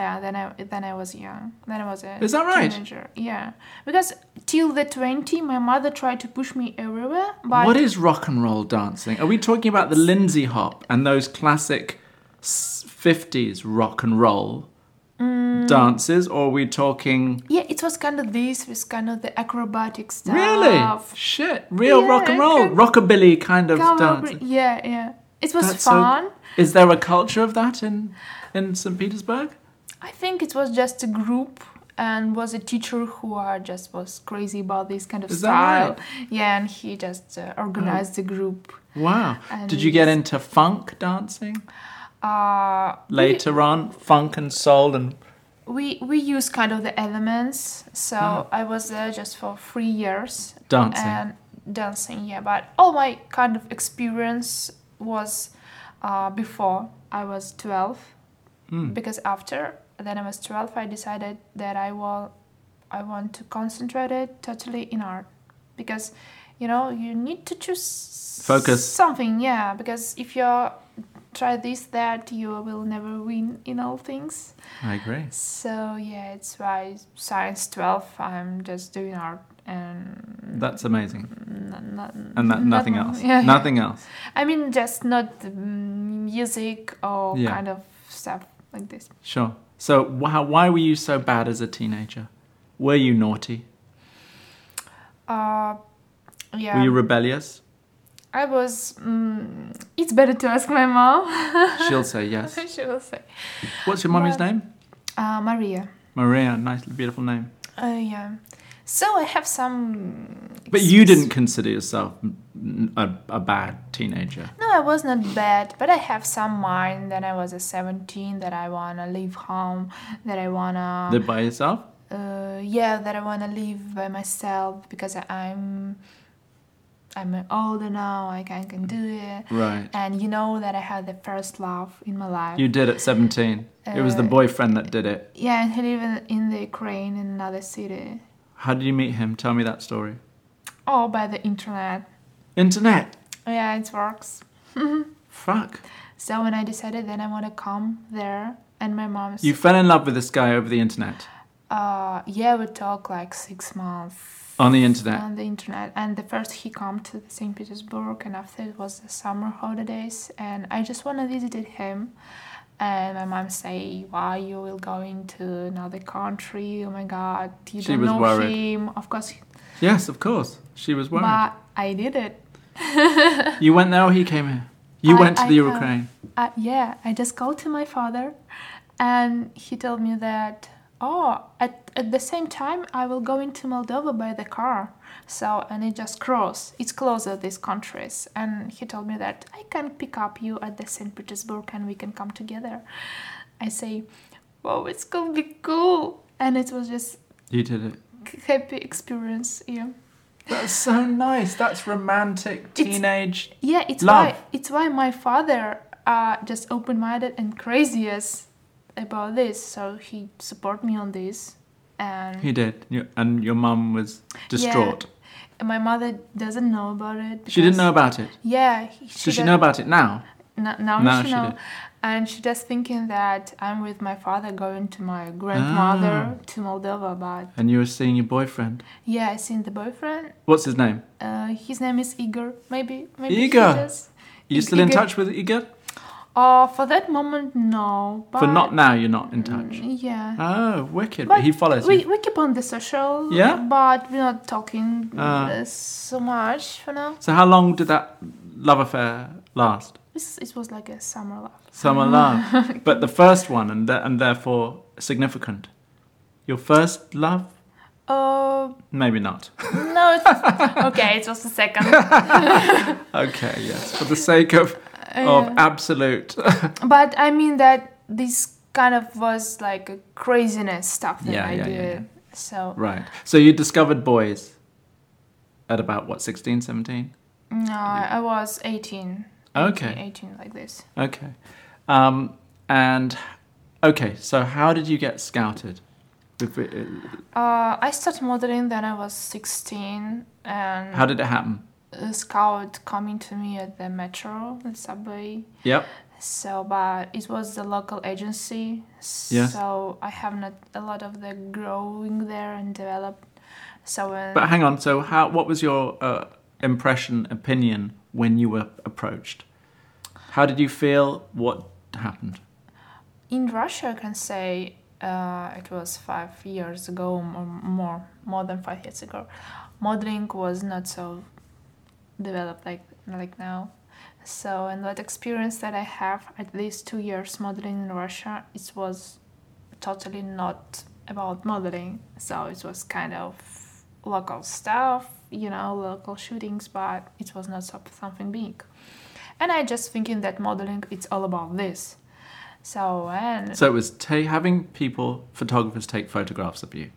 Speaker 2: Yeah, then I then I was young. Then I was a
Speaker 1: Is that right?
Speaker 2: teenager. Yeah, because till the twenty, my mother tried to push me everywhere. But
Speaker 1: what is rock and roll dancing? Are we talking about the Lindsay hop and those classic s- 50s rock and roll
Speaker 2: Mm.
Speaker 1: dances or are we talking
Speaker 2: yeah, it was kind of this was kind of the acrobatic stuff.
Speaker 1: Really? Shit, real
Speaker 2: Yeah,
Speaker 1: rock and
Speaker 2: I
Speaker 1: roll,
Speaker 2: could-
Speaker 1: rockabilly kind of
Speaker 2: Come
Speaker 1: dance.
Speaker 2: over- Yeah, yeah. It was
Speaker 1: That's so-
Speaker 2: fun.
Speaker 1: Is there a culture of that in in St. Petersburg?
Speaker 2: I think it was just a group and was a teacher who uh, just was crazy about this kind of
Speaker 1: Is that Oh.
Speaker 2: style. Yeah, and he just uh, organized the group.
Speaker 1: Wow. Did you
Speaker 2: And-
Speaker 1: get into funk dancing
Speaker 2: Uh, we-
Speaker 1: later on? Funk and soul and
Speaker 2: we we use kind of the elements. So
Speaker 1: Ah.
Speaker 2: I was there just for three years
Speaker 1: Dancing.
Speaker 2: and dancing. Yeah, but all my kind of experience was uh, before I was twelve.
Speaker 1: Mm.
Speaker 2: Because after then I was twelve, I decided that I will, I want to concentrate it totally in art, because, you know, you need to choose
Speaker 1: Focus.
Speaker 2: something. Yeah, because if you try this that you will never win in all things.
Speaker 1: I agree.
Speaker 2: So yeah, it's why science twelve. I'm just doing art and
Speaker 1: That's amazing.
Speaker 2: n- n-
Speaker 1: And that, nothing
Speaker 2: not-
Speaker 1: else.
Speaker 2: Yeah, yeah.
Speaker 1: Nothing else.
Speaker 2: I mean, just not the music or
Speaker 1: Yeah.
Speaker 2: kind of stuff like this.
Speaker 1: Sure. So why, why were you so bad as a teenager? Were you naughty?
Speaker 2: Uh, yeah,
Speaker 1: Were you rebellious?
Speaker 2: I was. Mm, it's better to ask my mom.
Speaker 1: She'll say yes.
Speaker 2: she will say.
Speaker 1: What's your mommy's
Speaker 2: Yeah.
Speaker 1: name?
Speaker 2: Uh, Maria.
Speaker 1: Maria. Nice, beautiful name.
Speaker 2: Uh, yeah. So I have some.
Speaker 1: But you didn't consider yourself n- a, a bad teenager.
Speaker 2: No, I was not bad, but I have some mind that I was a 17, that I wanna leave home, that I wanna,
Speaker 1: Live by yourself?
Speaker 2: uh, yeah, that I wanna live by myself because I'm, I'm older now, I can, can do it.
Speaker 1: Right.
Speaker 2: And you know that I had the first love in my life.
Speaker 1: You did at 17. it was the
Speaker 2: Uh,
Speaker 1: boyfriend that did it.
Speaker 2: yeah, and he lived in the Ukraine in another city.
Speaker 1: How did you meet him? Tell me that story.
Speaker 2: Oh, by the internet.
Speaker 1: Internet.
Speaker 2: Yeah, it works.
Speaker 1: Fuck.
Speaker 2: So when I decided that I wanna come there, and my mom
Speaker 1: You fell in love with this guy over the internet.
Speaker 2: Uh, yeah, we talk like six months
Speaker 1: On the internet.
Speaker 2: on the internet, and the first he come to Saint Petersburg, and after it was the summer holidays, and I just wanna visit him, and my mom say, "Why you will going to another country? Oh my God, you
Speaker 1: She
Speaker 2: don't
Speaker 1: was
Speaker 2: know
Speaker 1: worried.
Speaker 2: him." Of course,
Speaker 1: Yes, of course. She was worried.
Speaker 2: but I did it.
Speaker 1: you went there or he came here? You
Speaker 2: I-
Speaker 1: went to
Speaker 2: I
Speaker 1: the
Speaker 2: have-
Speaker 1: Ukraine.
Speaker 2: Uh, yeah, I just called to my father, and he told me that oh, at, at the same time I will go into Moldova by the car. So and it just cross, it's closer these countries. And he told me that I can pick up you at the Saint Petersburg and we can come together. I say, wow, it's gonna be cool, and it was just
Speaker 1: You did it.
Speaker 2: c- happy experience. Yeah,
Speaker 1: That's so nice. That's romantic
Speaker 2: It's-
Speaker 1: teenage.
Speaker 2: yeah, it's why
Speaker 1: Love.
Speaker 2: it's why my father uh just open-minded and crazy as about this, so he support me on this, and
Speaker 1: He did. You- And your mum was distraught.
Speaker 2: my mother doesn't know about it.
Speaker 1: She didn't
Speaker 2: because-
Speaker 1: know about it.
Speaker 2: Yeah, he-
Speaker 1: Does she
Speaker 2: does-
Speaker 1: know about it now?
Speaker 2: No, now
Speaker 1: No,
Speaker 2: she
Speaker 1: she
Speaker 2: know,
Speaker 1: did.
Speaker 2: and she just thinking that I'm with my father going to my
Speaker 1: Ah.
Speaker 2: grandmother to Moldova, but
Speaker 1: And you were seeing your boyfriend.
Speaker 2: yeah, I seen the boyfriend.
Speaker 1: What's his name?
Speaker 2: Uh, his name is Igor. Maybe, maybe he
Speaker 1: Igor.
Speaker 2: does.
Speaker 1: Are you
Speaker 2: Ig-
Speaker 1: still in
Speaker 2: Igor.
Speaker 1: touch with Igor?
Speaker 2: Uh, for that moment, no. But
Speaker 1: For not now, you're not in touch.
Speaker 2: Mm, Yeah.
Speaker 1: Oh, wicked. But
Speaker 2: But
Speaker 1: he follows
Speaker 2: we,
Speaker 1: you.
Speaker 2: we keep on the social
Speaker 1: Yeah?
Speaker 2: but we're not talking
Speaker 1: Ah.
Speaker 2: uh, so much for now
Speaker 1: So how long did that love affair last?
Speaker 2: it's, it was like a summer love
Speaker 1: Summer love. But the first one, and, th- and therefore significant. Your first love?
Speaker 2: uh
Speaker 1: Maybe not.
Speaker 2: no it's, okay it was the second
Speaker 1: Okay, yes. For the sake of, of
Speaker 2: Uh,
Speaker 1: absolute.
Speaker 2: but i mean that this kind of was like a craziness stuff that
Speaker 1: Yeah,
Speaker 2: i
Speaker 1: yeah,
Speaker 2: did
Speaker 1: yeah,
Speaker 2: so
Speaker 1: right. So you discovered boys at about, what, 16, 17?
Speaker 2: no i was 18
Speaker 1: Okay.
Speaker 2: 18, 18 like this
Speaker 1: Okay. Um, and, okay, so how did you get scouted? If it-
Speaker 2: uh i started modeling then i was 16 and
Speaker 1: How did it happen?
Speaker 2: a scout coming to me at the metro the subway
Speaker 1: Yep.
Speaker 2: So, but it was the local agency.
Speaker 1: Yes.
Speaker 2: So I have not a lot of the growing there and developed. So uh,
Speaker 1: But hang on. So, how? What was your uh, impression, opinion when you were approached? How did you feel? What happened?
Speaker 2: in Russia, I can say uh, it was five years ago or more, more than five years ago. Modeling was not so developed like like now. So, and that experience that I have at least two years modeling in Russia, it was totally not about modeling. So it was kind of local stuff, you know, local shootings, but it was not so- something big. And I just thinking that modeling it's all about this. So and
Speaker 1: So it was ta- having people, photographers, take photographs of you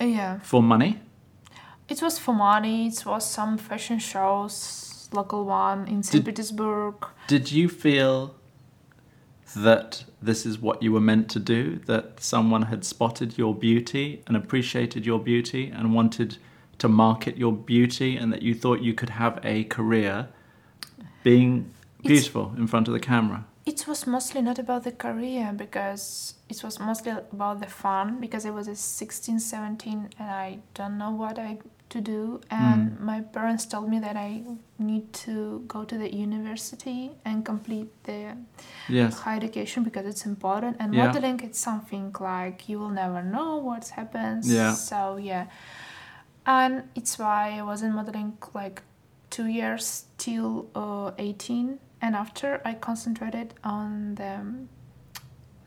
Speaker 2: yeah,
Speaker 1: for money.
Speaker 2: it was for money. It was some fashion shows, local one in St.
Speaker 1: Did-
Speaker 2: Petersburg.
Speaker 1: Did you feel that this is what you were meant to do? That someone had spotted your beauty and appreciated your beauty and wanted to market your beauty, and that you thought you could have a career being beautiful in front of the camera?
Speaker 2: It was mostly not about the career because it was mostly about the fun because I was a 16, 17 and I don't know what I to do and my parents told me that I need to go to the university and complete the
Speaker 1: Yes.
Speaker 2: higher education because it's important and
Speaker 1: Yeah.
Speaker 2: modeling it's something like you will never know what happens
Speaker 1: Yeah.
Speaker 2: so yeah and it's why i was in modeling like two years till uh, 18 and after i concentrated on the um,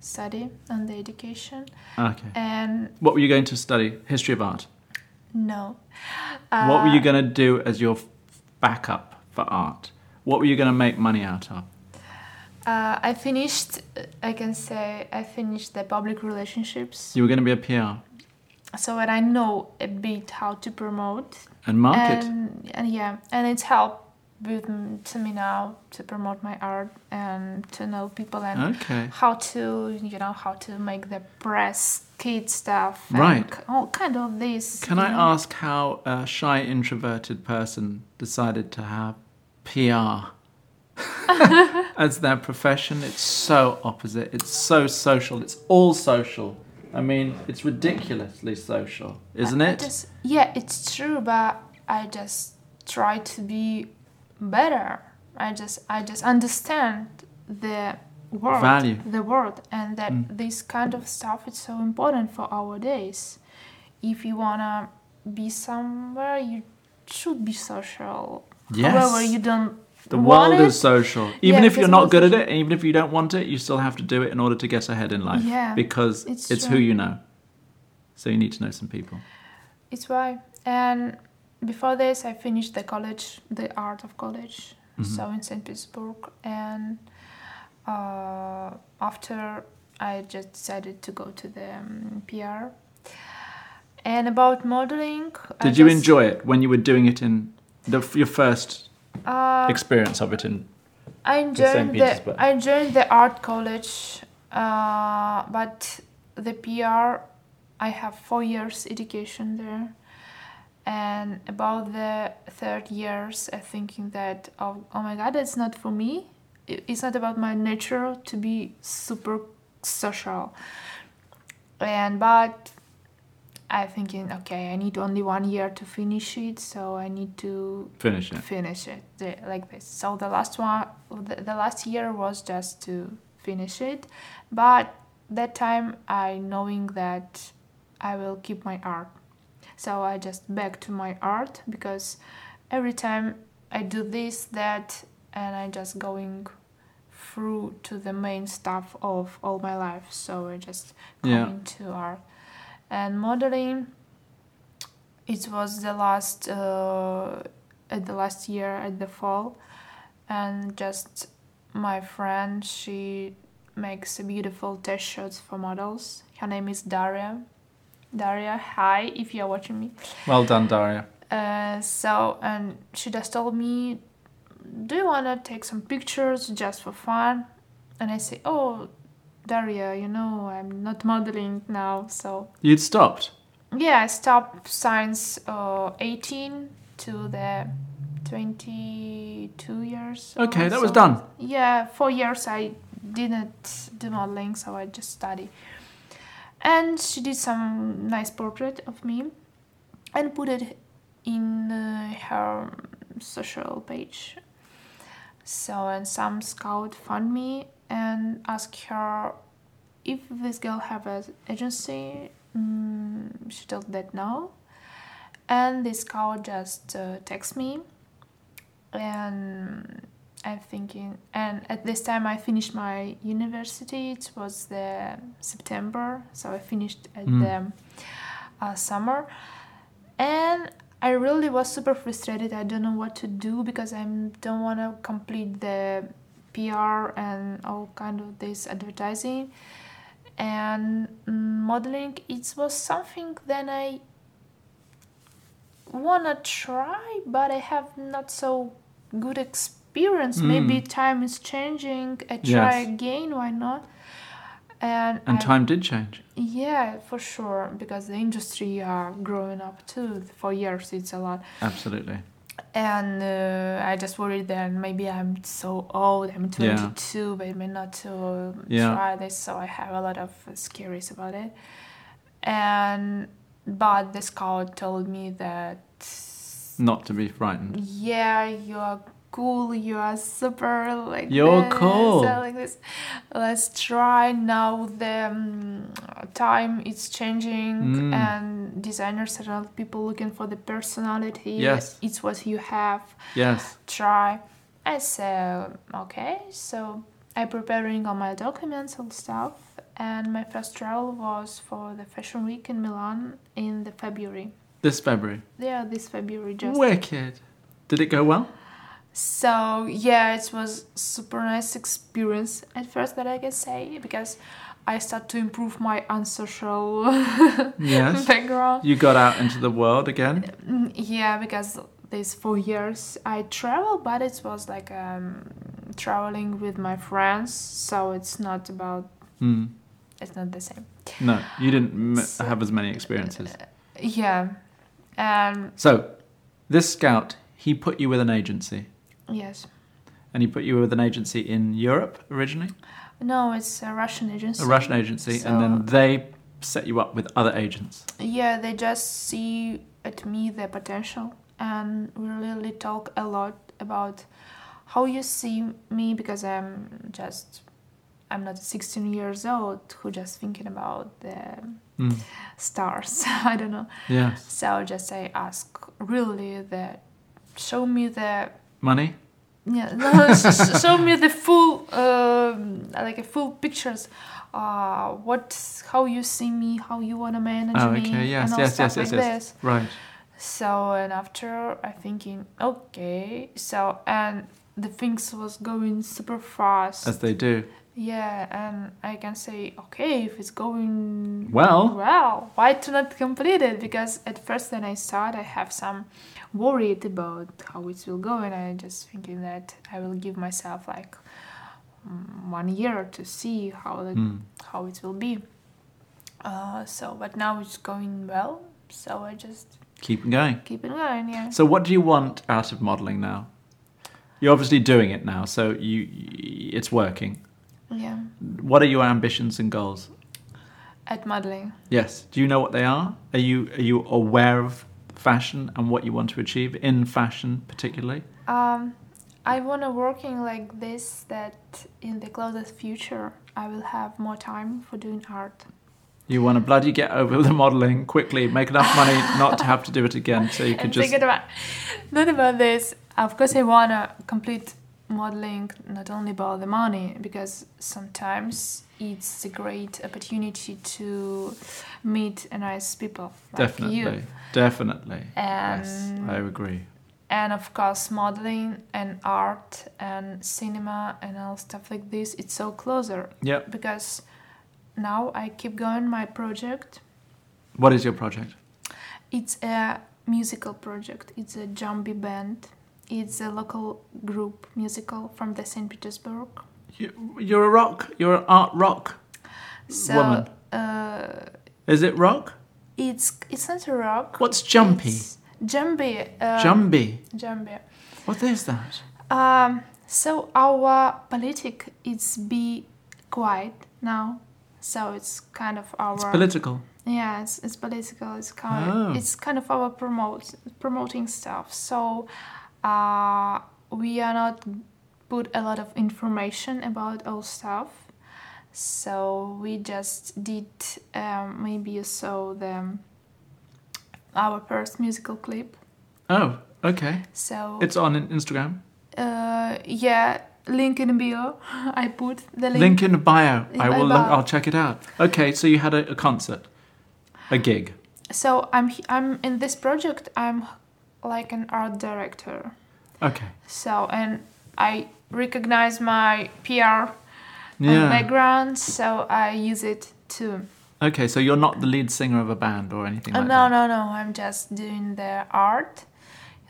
Speaker 2: study on the education
Speaker 1: Okay.
Speaker 2: and
Speaker 1: What were you going to study? History of art.
Speaker 2: no
Speaker 1: what were
Speaker 2: Uh,
Speaker 1: you going to do as your f- backup for art? What were you going to make money out of?
Speaker 2: uh, i finished i can say i finished the public relationships
Speaker 1: You were going to be a PR
Speaker 2: so that i know a bit how to promote
Speaker 1: and market.
Speaker 2: And, Um, and yeah, and it's helped with m- to me now to promote my art and to know people and
Speaker 1: okay.
Speaker 2: how to you know how to make the press kid stuff and
Speaker 1: Right.
Speaker 2: k- all kind of this
Speaker 1: Can
Speaker 2: you
Speaker 1: I
Speaker 2: know.
Speaker 1: ask how a shy, introverted person decided to have PR as their profession? It's so opposite. It's so social. It's all social. I mean, it's ridiculously social, isn't
Speaker 2: I
Speaker 1: it?
Speaker 2: just- yeah it's true but i just try to be better i just i just understand the world
Speaker 1: Value. Mm.
Speaker 2: the world and that this kind of stuff is so important for our days if you wanna be somewhere you should be social
Speaker 1: Yes.
Speaker 2: however you don't
Speaker 1: The
Speaker 2: want
Speaker 1: world
Speaker 2: it,
Speaker 1: is social. Even
Speaker 2: Yeah,
Speaker 1: if you're
Speaker 2: because
Speaker 1: not
Speaker 2: it's
Speaker 1: good at
Speaker 2: social.
Speaker 1: it, even if you don't want it, you still have to do it in order to get ahead in life.
Speaker 2: Yeah,
Speaker 1: Because it's,
Speaker 2: it's
Speaker 1: who
Speaker 2: true.
Speaker 1: you know. So you need to know some people.
Speaker 2: It's why. And before this, I finished the college, the art of college,
Speaker 1: Mm-hmm.
Speaker 2: so in St. Petersburg. And uh, after, I just decided to go to the um, PR. And about modeling, I
Speaker 1: Did you
Speaker 2: just-
Speaker 1: enjoy it when you were doing it in the, your first
Speaker 2: Uh,
Speaker 1: experience of it in?
Speaker 2: I
Speaker 1: St.
Speaker 2: joined
Speaker 1: Petersburg.
Speaker 2: the I joined the art college, uh, but the PR I have four years education there, and about the third years I thinking that oh, oh my god it's not for me. I- It's not about my nature to be super social, and but I thinking okay I need only one year to finish it, so I need to
Speaker 1: Finish it.
Speaker 2: finish it the- like this. So the last one, the, the last year was just to finish it, but that time I knowing that I will keep my art. So I just back to my art because every time I do this that and I just going through to the main stuff of all my life. So I just
Speaker 1: Yeah.
Speaker 2: coming to art and modeling. It was the last uh, at the last year at the fall and just my friend she makes beautiful test shots for models her name is daria daria hi if you're watching me
Speaker 1: Well done, Daria.
Speaker 2: uh, so and she just told me do you want to take some pictures just for fun and i say oh daria you know i'm not modeling now so
Speaker 1: You'd stopped.
Speaker 2: yeah i stopped since uh, 18 to the 22 years or
Speaker 1: Okay, that was
Speaker 2: so.
Speaker 1: done.
Speaker 2: yeah four years i didn't do modeling so i just study and she did some nice portrait of me and put it in uh, her social page so and some scout found me and asked her if this girl have an agency mm, she told that no and this cow just uh, text me and i'm thinking and at this time i finished my university it was the september so i finished at
Speaker 1: Mm.
Speaker 2: the uh, summer and i really was super frustrated i don't know what to do because i don't want to complete the PR and all kind of this advertising. And mm, modeling, it was something that I wanna try, but I have not so good experience. Maybe time is changing. I try
Speaker 1: Mm. Yes.
Speaker 2: again. Why not? And,
Speaker 1: And
Speaker 2: I-
Speaker 1: time did change.
Speaker 2: yeah, for sure, because the industry are growing up too. For years, it's a lot
Speaker 1: Absolutely.
Speaker 2: and uh, I just worried that maybe I'm so old. I'm
Speaker 1: Yeah.
Speaker 2: 22, but I'm not to
Speaker 1: Yeah.
Speaker 2: try this. So I have a lot of scaries about it. And but the scout told me that
Speaker 1: Not to be frightened.
Speaker 2: yeah, you are cool. You are super like
Speaker 1: You're
Speaker 2: this,
Speaker 1: cool.
Speaker 2: uh, Like this. Let's try now. The um, time is changing,
Speaker 1: Mm.
Speaker 2: and designers are not people looking for the personality.
Speaker 1: Yes.
Speaker 2: it's what you have
Speaker 1: Yes.
Speaker 2: try. I said, okay, so i preparing all my documents and stuff. And my first trial was for the Fashion Week in Milan in the February.
Speaker 1: This February.
Speaker 2: Yeah, this February just.
Speaker 1: Wicked. Did it go well?
Speaker 2: So yeah, it was super nice experience at first that I can say because I start to improve my unsocial
Speaker 1: Yes.
Speaker 2: background.
Speaker 1: You got out into the world again?
Speaker 2: Mm, Yeah, because these four years I travel, but it was like um, traveling with my friends, so it's not about
Speaker 1: Hmm.
Speaker 2: it's not the same.
Speaker 1: No, you didn't
Speaker 2: So-
Speaker 1: m- have as many experiences.
Speaker 2: Yeah, um,
Speaker 1: So, this scout, he put you with an agency.
Speaker 2: yes,
Speaker 1: And he put you with an agency in Europe originally,
Speaker 2: no, it's a Russian agency.
Speaker 1: a Russian agency, and then they set you up with other agents.
Speaker 2: Yeah, they just see at me the potential, and we really talk a lot about how you see me because I'm just I'm not 16 years old who just thinking about the
Speaker 1: Mm.
Speaker 2: stars. I don't know.
Speaker 1: Yes.
Speaker 2: So just I ask really the show me the
Speaker 1: Money?
Speaker 2: yeah no, s- show me the full um, like a full pictures. Uh, what how you see me, how you wanna manage
Speaker 1: Oh,
Speaker 2: me,
Speaker 1: okay. Yes,
Speaker 2: and all
Speaker 1: yes, yes,
Speaker 2: stuff
Speaker 1: yes,
Speaker 2: like
Speaker 1: yes.
Speaker 2: this.
Speaker 1: Right.
Speaker 2: So and after I thinking okay, so and the things was going super fast.
Speaker 1: As they do.
Speaker 2: yeah, and I can say okay if it's going
Speaker 1: Well,
Speaker 2: well, why to not complete it? Because at first when I start, I have some worried about how it will go, and I just thinking that I will give myself like mm, one year to see how the,
Speaker 1: mm,
Speaker 2: how it will be. Uh, so, but now it's going well, so I just
Speaker 1: keep going.
Speaker 2: keep it going. Yeah.
Speaker 1: So, what do you want out of modelling now? You're obviously doing it now, so you it's working.
Speaker 2: Yeah.
Speaker 1: What are your ambitions and goals?
Speaker 2: At modeling.
Speaker 1: Yes. Do you know what they are? Are you are you aware of fashion and what you want to achieve in fashion, particularly?
Speaker 2: Um, I wanna working like this that in the closest future I will have more time for doing art.
Speaker 1: You want to bloody get over the modelling quickly, make enough money not to have to do it again, so you
Speaker 2: and
Speaker 1: could just
Speaker 2: thinking about not about this. Of course, I wanna complete modeling not only about the money because sometimes it's a great opportunity to meet a nice people like
Speaker 1: definitely,
Speaker 2: you. Um,
Speaker 1: definitely.
Speaker 2: And
Speaker 1: yes, I agree.
Speaker 2: and of course modeling and art and cinema and all stuff like this. It's so closer
Speaker 1: Yep.
Speaker 2: because now I keep going my project.
Speaker 1: What is your project?
Speaker 2: It's a musical project. It's a zombie band. It's a local group musical from the St. Petersburg.
Speaker 1: You, you're a rock. You're an art rock.
Speaker 2: So
Speaker 1: Woman.
Speaker 2: Uh,
Speaker 1: Is it rock?
Speaker 2: it's it's not a rock.
Speaker 1: What's jumpy?
Speaker 2: It's Jumpy. Um,
Speaker 1: Jumpy.
Speaker 2: Jumpy.
Speaker 1: What is that?
Speaker 2: Um, so our politic is be quiet now. So it's kind of our
Speaker 1: It's political.
Speaker 2: Yeah, it's, it's political. It's kind
Speaker 1: Oh.
Speaker 2: it's kind of our promote promoting stuff. So uh, we are not put a lot of information about all stuff. So we just did um, maybe you saw the um, our first musical clip.
Speaker 1: Oh, okay.
Speaker 2: So
Speaker 1: It's on in- Instagram.
Speaker 2: uh, yeah, link in bio. I put the link.
Speaker 1: Link in bio.
Speaker 2: In
Speaker 1: I
Speaker 2: my
Speaker 1: will.
Speaker 2: bio.
Speaker 1: I'll check it out. Okay, so you had a, a concert, a gig.
Speaker 2: So I'm he- I'm in this project. I'm like an art director.
Speaker 1: Okay.
Speaker 2: So, and I recognize my PR
Speaker 1: Yeah.
Speaker 2: and background, so I use it too.
Speaker 1: Okay, so you're not the lead singer of a band or anything
Speaker 2: Oh,
Speaker 1: like
Speaker 2: no,
Speaker 1: that.
Speaker 2: no, no. I'm just doing the art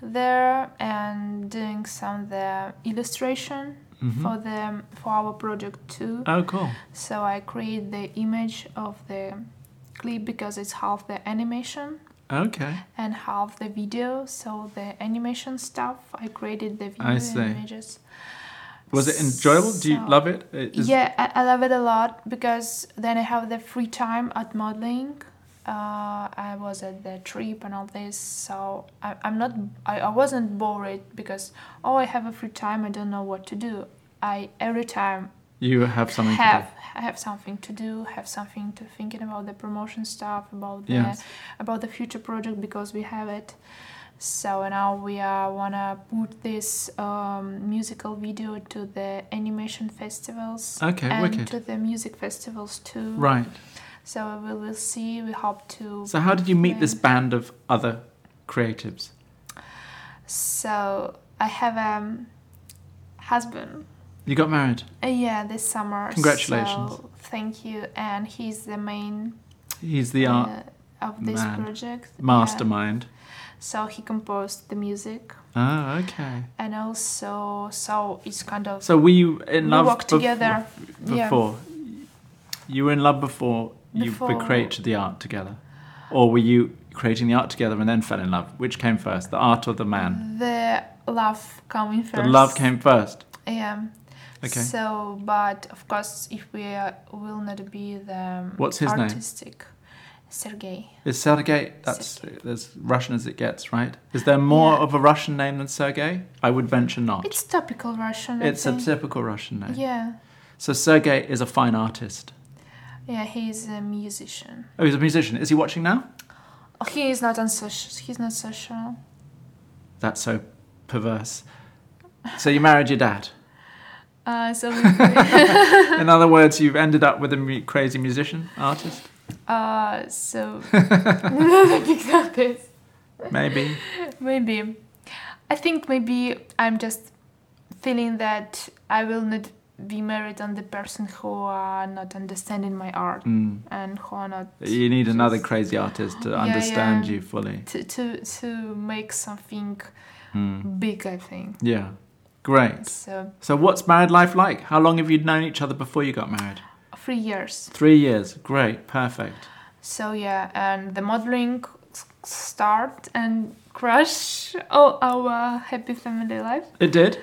Speaker 2: there and doing some the illustration
Speaker 1: Mm-hmm.
Speaker 2: for the for our project too.
Speaker 1: Oh, cool.
Speaker 2: So I create the image of the clip because it's half the animation
Speaker 1: Okay.
Speaker 2: and half the video. So the animation stuff I created the video
Speaker 1: I see.
Speaker 2: images.
Speaker 1: Was it enjoyable? Do you
Speaker 2: So-
Speaker 1: love it? It is-
Speaker 2: yeah, I, I love it a lot because then I have the free time at modeling. Uh, I was at the trip and all this, so I, I'm not. I, I wasn't bored because oh, I have a free time. I don't know what to do. I every time
Speaker 1: You have something
Speaker 2: have
Speaker 1: to
Speaker 2: have something to do, have something to thinking about the promotion stuff, about the
Speaker 1: Yes.
Speaker 2: about the future project because we have it. So now we are wanna put this um, musical video to the animation festivals
Speaker 1: do. Ah, Okay,
Speaker 2: and
Speaker 1: wicked.
Speaker 2: to the music festivals too.
Speaker 1: Right.
Speaker 2: So we will see. We hope to.
Speaker 1: So, how did you meet
Speaker 2: Yeah.
Speaker 1: this band of other creatives?
Speaker 2: So I have a um, husband.
Speaker 1: You got married.
Speaker 2: Uh, yeah, this summer.
Speaker 1: Congratulations.
Speaker 2: So thank you, and he's the main
Speaker 1: He's the art
Speaker 2: uh, of this
Speaker 1: man.
Speaker 2: project. Yeah.
Speaker 1: mastermind.
Speaker 2: So he composed the music,
Speaker 1: Oh, okay.
Speaker 2: and also so it's kind of
Speaker 1: So, were you in
Speaker 2: we
Speaker 1: love
Speaker 2: work
Speaker 1: bef-
Speaker 2: together. yeah.
Speaker 1: before? You were in love before, you
Speaker 2: Before-
Speaker 1: be- created the art together? Or were you creating the art together and then fell in love? Which came first, the art or the man?
Speaker 2: The love coming Mm, first.
Speaker 1: The love came first.
Speaker 2: Yeah.
Speaker 1: Okay.
Speaker 2: So, but of course, if we are, will not be the um,
Speaker 1: What's his name?
Speaker 2: artistic, Sergey.
Speaker 1: Is Sergei, that's as Russian as it gets, right? Is there more
Speaker 2: Yeah.
Speaker 1: of a Russian name than Sergei? I would venture not.
Speaker 2: It's typical Russian. I
Speaker 1: It's a
Speaker 2: think.
Speaker 1: typical Russian name.
Speaker 2: yeah,
Speaker 1: So Sergei is a fine artist.
Speaker 2: yeah. He's a musician.
Speaker 1: Oh, he's a musician. Is he watching now?
Speaker 2: Oh, He is not on social. He's not social.
Speaker 1: That's so perverse. So you married your dad.
Speaker 2: Uh, so we,
Speaker 1: In other words, you've ended up with a mu- crazy musician artist,
Speaker 2: uh, so picked up this.
Speaker 1: maybe.
Speaker 2: Maybe. I think maybe I'm just feeling that I will not be married on the person who are not understanding my art
Speaker 1: Mm.
Speaker 2: and who are not
Speaker 1: You need another crazy artist to
Speaker 2: Yeah,
Speaker 1: understand
Speaker 2: yeah.
Speaker 1: you fully.
Speaker 2: to to to make something
Speaker 1: Mm.
Speaker 2: big. I think
Speaker 1: Yeah. Great.
Speaker 2: so.
Speaker 1: So what's married life like? How long have you known each other before you got married?
Speaker 2: Three years.
Speaker 1: Three years. Great. Perfect.
Speaker 2: So yeah, and the modeling s- start and crush all our happy family life.
Speaker 1: It did?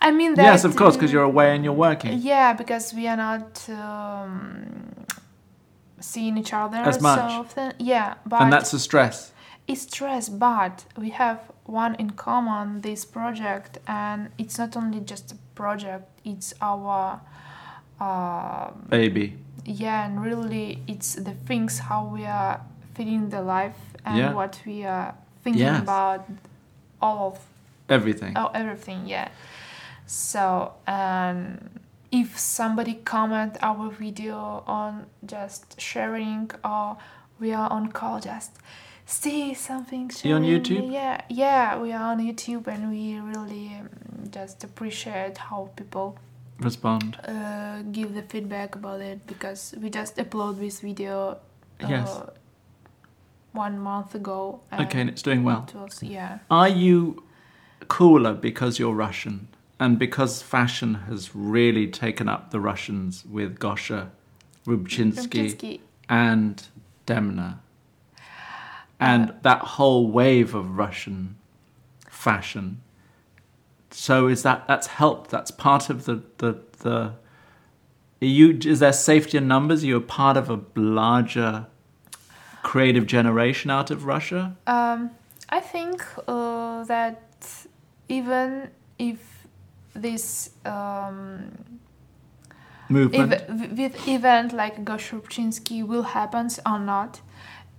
Speaker 2: I mean that.
Speaker 1: yes, of course, because you're
Speaker 2: uh,
Speaker 1: away and you're working.
Speaker 2: Yeah, because we are not um, seeing each other
Speaker 1: As much.
Speaker 2: so often. Yeah, but
Speaker 1: and that's the stress.
Speaker 2: it's stress. But we have one in common: this project, and it's not only just a project; it's our. um
Speaker 1: Baby.
Speaker 2: yeah and really it's the things how we are feeling the life and
Speaker 1: Yeah.
Speaker 2: what we are thinking
Speaker 1: Yes.
Speaker 2: about all of
Speaker 1: Everything.
Speaker 2: oh, everything yeah so um if somebody comment our video on just sharing or we are on call just see something
Speaker 1: You on
Speaker 2: sharing,
Speaker 1: YouTube?
Speaker 2: yeah yeah we are on youtube and we really um, just appreciate how people
Speaker 1: Respond.
Speaker 2: uh, give the feedback about it because we just upload this video uh,
Speaker 1: Yes.
Speaker 2: one month ago and
Speaker 1: Okay, and it's doing well.
Speaker 2: it was yeah
Speaker 1: Are you cooler because you're Russian and because fashion has really taken up the Russians with Gosha, Rubchinsky,
Speaker 2: Ramchinsky.
Speaker 1: and Demna?
Speaker 2: Uh,
Speaker 1: And that whole wave of Russian fashion. So is that that's helped? That's part of the the the. Are you is there safety in numbers? You're part of a larger creative generation out of Russia.
Speaker 2: um, i think uh, that even if this um,
Speaker 1: movement.
Speaker 2: ev- with event like Goshubchinsky will happen or not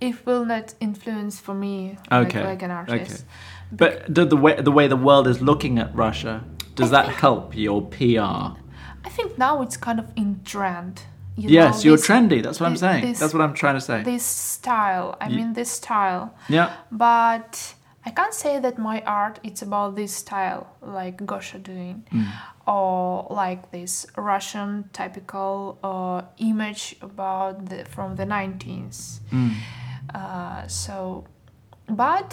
Speaker 2: it will not influence for me like,
Speaker 1: Okay,
Speaker 2: like an artist
Speaker 1: but the, the way the way the world is looking at Russia, does
Speaker 2: I
Speaker 1: that
Speaker 2: think-
Speaker 1: help your PR?
Speaker 2: i think now it's kind of in trend you
Speaker 1: yes,
Speaker 2: know,
Speaker 1: you're
Speaker 2: this-
Speaker 1: trendy. That's what I'm
Speaker 2: this-
Speaker 1: saying.
Speaker 2: this-
Speaker 1: that's what I'm trying to say.
Speaker 2: this style i
Speaker 1: Ye-
Speaker 2: mean this style
Speaker 1: yeah,
Speaker 2: but i I can't say that my art it's about this style like Gosha doing, or like this Russian typical uh, image about the, from the 19th.
Speaker 1: Mm.
Speaker 2: Uh, so, but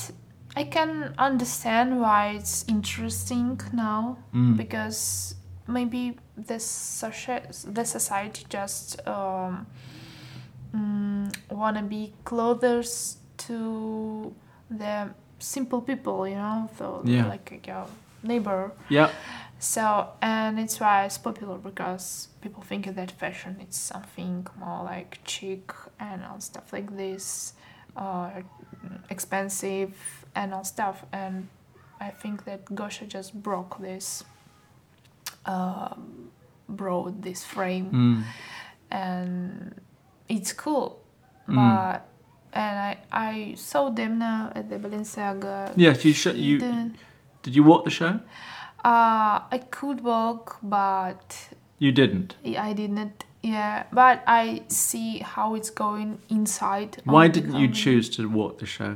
Speaker 2: I can understand why it's interesting now
Speaker 1: Mm.
Speaker 2: because maybe the socie- the society just um, mm, wanna be clothes to the simple people, you know, so
Speaker 1: Yeah.
Speaker 2: like your neighbor.
Speaker 1: Yeah.
Speaker 2: So and it's why it's popular because people think that fashion is something more like chic and all stuff like this, uh, expensive and all stuff. And I think that Gosha just broke this, uh, broke this frame
Speaker 1: Mm.
Speaker 2: and it's cool.
Speaker 1: Mm.
Speaker 2: But and I I saw Demna at the Balenciaga.
Speaker 1: Yes, you sh- you
Speaker 2: Didn't-
Speaker 1: did you walk the show?
Speaker 2: Uh, I could walk, but
Speaker 1: You didn't.
Speaker 2: I didn't. Yeah, but I see how it's going inside. of
Speaker 1: Why
Speaker 2: the
Speaker 1: didn't you
Speaker 2: company.
Speaker 1: choose to walk the show?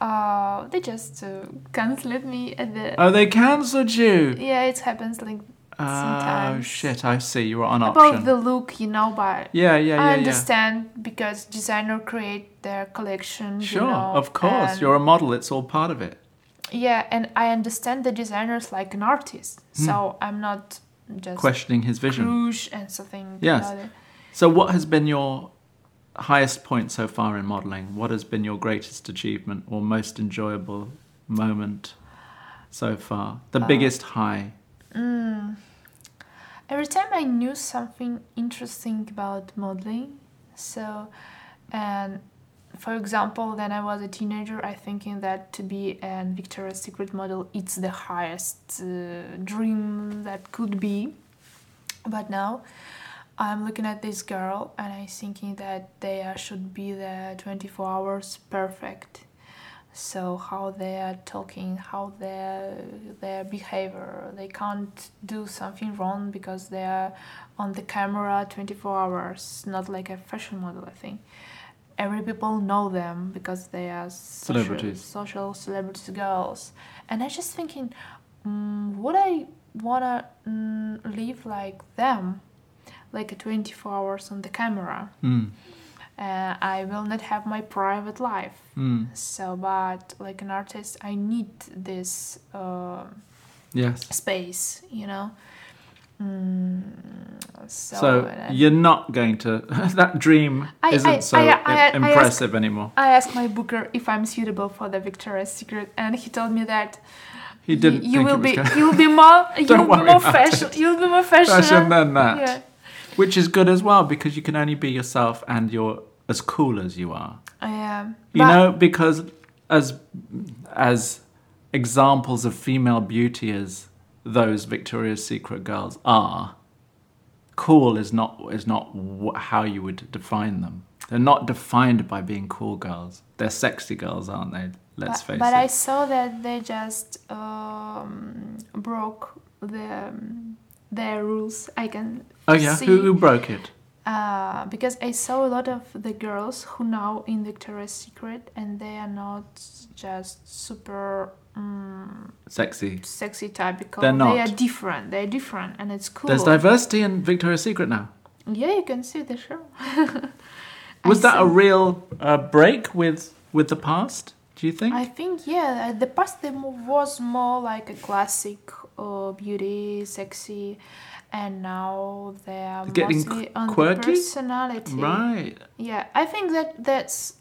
Speaker 2: Uh, they just uh, cancelled me at the.
Speaker 1: Oh, they cancelled you.
Speaker 2: yeah, it happens like
Speaker 1: Oh
Speaker 2: Sometimes.
Speaker 1: shit! I see. You were on
Speaker 2: about
Speaker 1: option.
Speaker 2: the look, you know, but
Speaker 1: yeah, yeah,
Speaker 2: I
Speaker 1: yeah, yeah.
Speaker 2: understand because designer create their collection. you
Speaker 1: Sure,
Speaker 2: know,
Speaker 1: of course.
Speaker 2: and-
Speaker 1: You're a model. It's all part of it.
Speaker 2: Yeah, and I understand the designers like an artist,
Speaker 1: Hmm.
Speaker 2: so I'm not just
Speaker 1: Questioning his vision.
Speaker 2: crush and something.
Speaker 1: Yes.
Speaker 2: about it.
Speaker 1: So, what has been your highest point so far in modelling? What has been your greatest achievement or most enjoyable moment so far? The
Speaker 2: Uh,
Speaker 1: biggest high?
Speaker 2: Mm. Every time I knew something interesting about modeling, so and for example, when I was a teenager, I thinking that to be an Victoria's Secret model it's the highest uh, dream that could be. But now, I'm looking at this girl and I'm thinking that they are- should be the 24 hours perfect. So how they are talking, how their their behavior, they can't do something wrong because they are on the camera 24 hours, not like a fashion model, I think. Every people know them because they are social,
Speaker 1: Celebrities.
Speaker 2: social celebrities girls, and I just thinking, mm, would I wanna mm, live like them, like 24 hours on the camera?
Speaker 1: Mm,
Speaker 2: Uh, I will not have my private life.
Speaker 1: mm,
Speaker 2: So, but like an artist, I need this uh,
Speaker 1: yes.
Speaker 2: space, you know. Mm, so,
Speaker 1: So,
Speaker 2: uh,
Speaker 1: you're not going to. that dream
Speaker 2: I- I-
Speaker 1: isn't so
Speaker 2: I- I- I ask-
Speaker 1: impressive anymore.
Speaker 2: I asked my booker if I'm suitable for the Victoria's Secret, and he told me that
Speaker 1: He didn't.
Speaker 2: You,
Speaker 1: think
Speaker 2: will
Speaker 1: it was
Speaker 2: be.
Speaker 1: Going,
Speaker 2: You'll be more. you'll
Speaker 1: worry
Speaker 2: be more
Speaker 1: about
Speaker 2: fashion. You'll be more fashion.
Speaker 1: fashion than that,
Speaker 2: Yeah.
Speaker 1: which is good as well because you can only be yourself and you're as cool as you are.
Speaker 2: I am.
Speaker 1: You know, because as as examples of female beauty as those Victoria's Secret girls are, cool is not is not wh- how you would define them. They're not defined by being cool girls. They're sexy girls, aren't they? Let's
Speaker 2: but,
Speaker 1: face
Speaker 2: but
Speaker 1: it.
Speaker 2: I saw that they just um, broke the um, their rules. I can
Speaker 1: oh yeah,
Speaker 2: see
Speaker 1: who, who broke it?
Speaker 2: uh, because I saw a lot of the girls who now in Victoria's Secret and they are not just super um,
Speaker 1: Sexy.
Speaker 2: sexy typical.
Speaker 1: They're
Speaker 2: They
Speaker 1: not.
Speaker 2: are different. They are different, and it's cool.
Speaker 1: There's diversity in Victoria's Secret now.
Speaker 2: yeah, you can see the show. I
Speaker 1: Was that a
Speaker 2: see.
Speaker 1: real uh, break with with the past? Do you think?
Speaker 2: I think yeah, uh, the past demo was more like a classic uh, beauty, sexy, and now they are
Speaker 1: Getting
Speaker 2: mostly on the
Speaker 1: quirky?
Speaker 2: personality.
Speaker 1: right.
Speaker 2: Yeah, I think that that's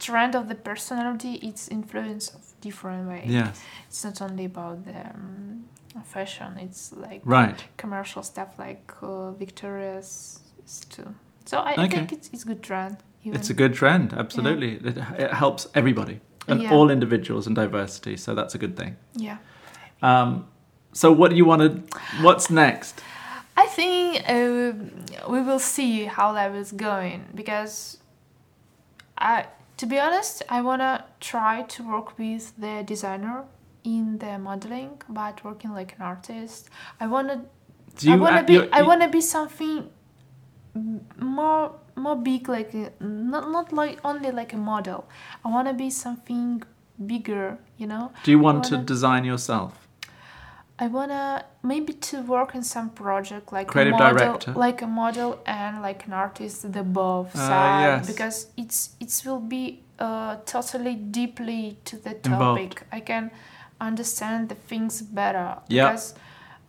Speaker 2: trend of the personality. It's influence of different way.
Speaker 1: Yes.
Speaker 2: It's not only about the um, fashion. It's like
Speaker 1: Right.
Speaker 2: commercial stuff like uh, Victoria's too. So I, I
Speaker 1: Okay.
Speaker 2: think it's it's good trend. Even.
Speaker 1: It's a good trend, absolutely. It, it helps everybody and
Speaker 2: Yeah.
Speaker 1: all individuals and diversity, so that's a good thing.
Speaker 2: yeah.
Speaker 1: Um, so, what do you want to? What's next?
Speaker 2: I think uh, we will see how that is going because I, to be honest, I wanna try to work with the designer in the modeling, but working like an artist. I wanna,
Speaker 1: Do you?
Speaker 2: I wanna
Speaker 1: act-
Speaker 2: be,
Speaker 1: you-
Speaker 2: I
Speaker 1: you-
Speaker 2: wanna be something m- more, more big, like uh, not not like only like a model. I wanna be something bigger, you know?
Speaker 1: Do you want to
Speaker 2: wanna-
Speaker 1: design yourself?
Speaker 2: I wanna maybe to work on some project like
Speaker 1: Creative
Speaker 2: a model,
Speaker 1: director.
Speaker 2: like a model and like an artist, the both
Speaker 1: Ah,
Speaker 2: side,
Speaker 1: yes.
Speaker 2: because it's it will be uh, totally deeply to the topic.
Speaker 1: Involved.
Speaker 2: I can understand the things better
Speaker 1: Yeah.
Speaker 2: because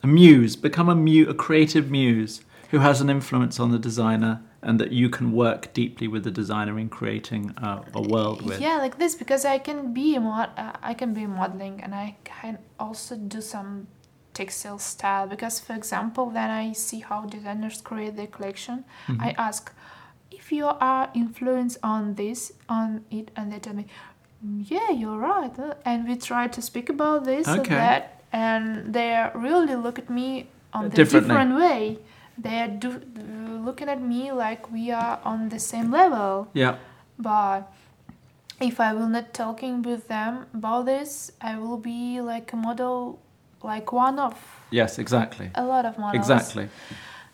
Speaker 1: A muse. Become a mu a creative muse who has an influence on the designer, and that you can work deeply with the designer in creating uh, a world with.
Speaker 2: yeah, like this because I can be a mod, uh, I can be modeling and I can also do some textile style because for example when I see how designers create their collection I
Speaker 1: Mm-hmm.
Speaker 2: ask if you are influenced on this on it and they tell me "Mm, yeah you're right uh," and we try to speak about this or
Speaker 1: Okay.
Speaker 2: that and they really look at me on the
Speaker 1: Differently.
Speaker 2: different way they're do, looking at me like we are on the same level
Speaker 1: Yeah.
Speaker 2: but if I will not talking with them about this, I will be like a model, like one of
Speaker 1: Yes. Exactly.
Speaker 2: a lot of models.
Speaker 1: Exactly.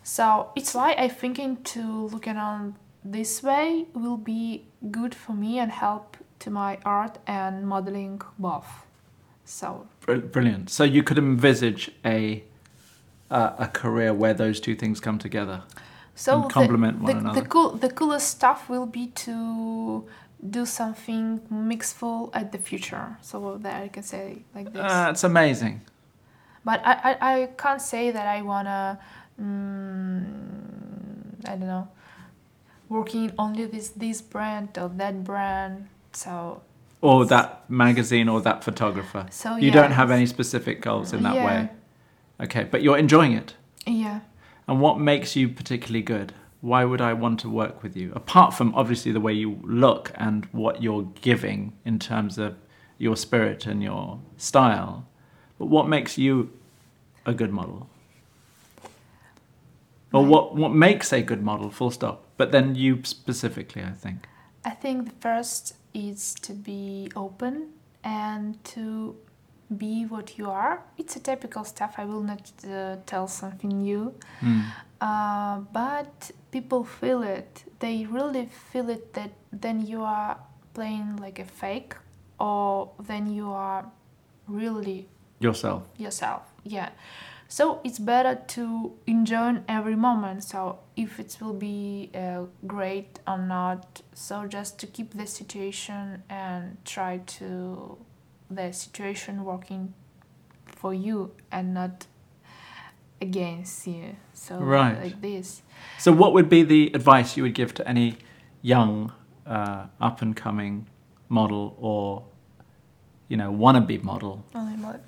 Speaker 2: So it's why I thinking to looking on this way will be good for me and help to my art and modeling both. So
Speaker 1: Br- Brilliant. So you could envisage a uh, a career where those two things come together.
Speaker 2: so
Speaker 1: And complement
Speaker 2: the,
Speaker 1: one
Speaker 2: the,
Speaker 1: another.
Speaker 2: The cool, the coolest stuff will be to do something mixful at the future. So that I can say like this.
Speaker 1: That's amazing.
Speaker 2: But I, I, I can't say that I wanna, mm, I don't know, working only with this brand or that brand. So
Speaker 1: Or that magazine or that photographer.
Speaker 2: so
Speaker 1: you
Speaker 2: yeah.
Speaker 1: don't have any specific goals in that
Speaker 2: Oh, yeah.
Speaker 1: way. Okay, but you're enjoying it.
Speaker 2: Yeah,
Speaker 1: And what makes you particularly good? Why would I want to work with you? Apart from obviously the way you look and what you're giving in terms of your spirit and your style, but what makes you a good model? Or
Speaker 2: Right.
Speaker 1: what, what makes a good model, full stop. But then you specifically, I think.
Speaker 2: I think the first is to be open and to be what you are. It's a typical stuff. I will not uh, tell something new.
Speaker 1: Mm.
Speaker 2: uh, but people feel it. They really feel it that then you are playing like a fake, or then you are really
Speaker 1: Yourself.
Speaker 2: yourself. Yeah. So it's better to enjoy every moment. So if it will be uh, great or not, so just to keep the situation and try to the situation working for you and not against you. So
Speaker 1: Right.
Speaker 2: like this.
Speaker 1: So, what would be the advice you would give to any young, uh, up and coming model or, you know, wannabe model
Speaker 2: Only mother.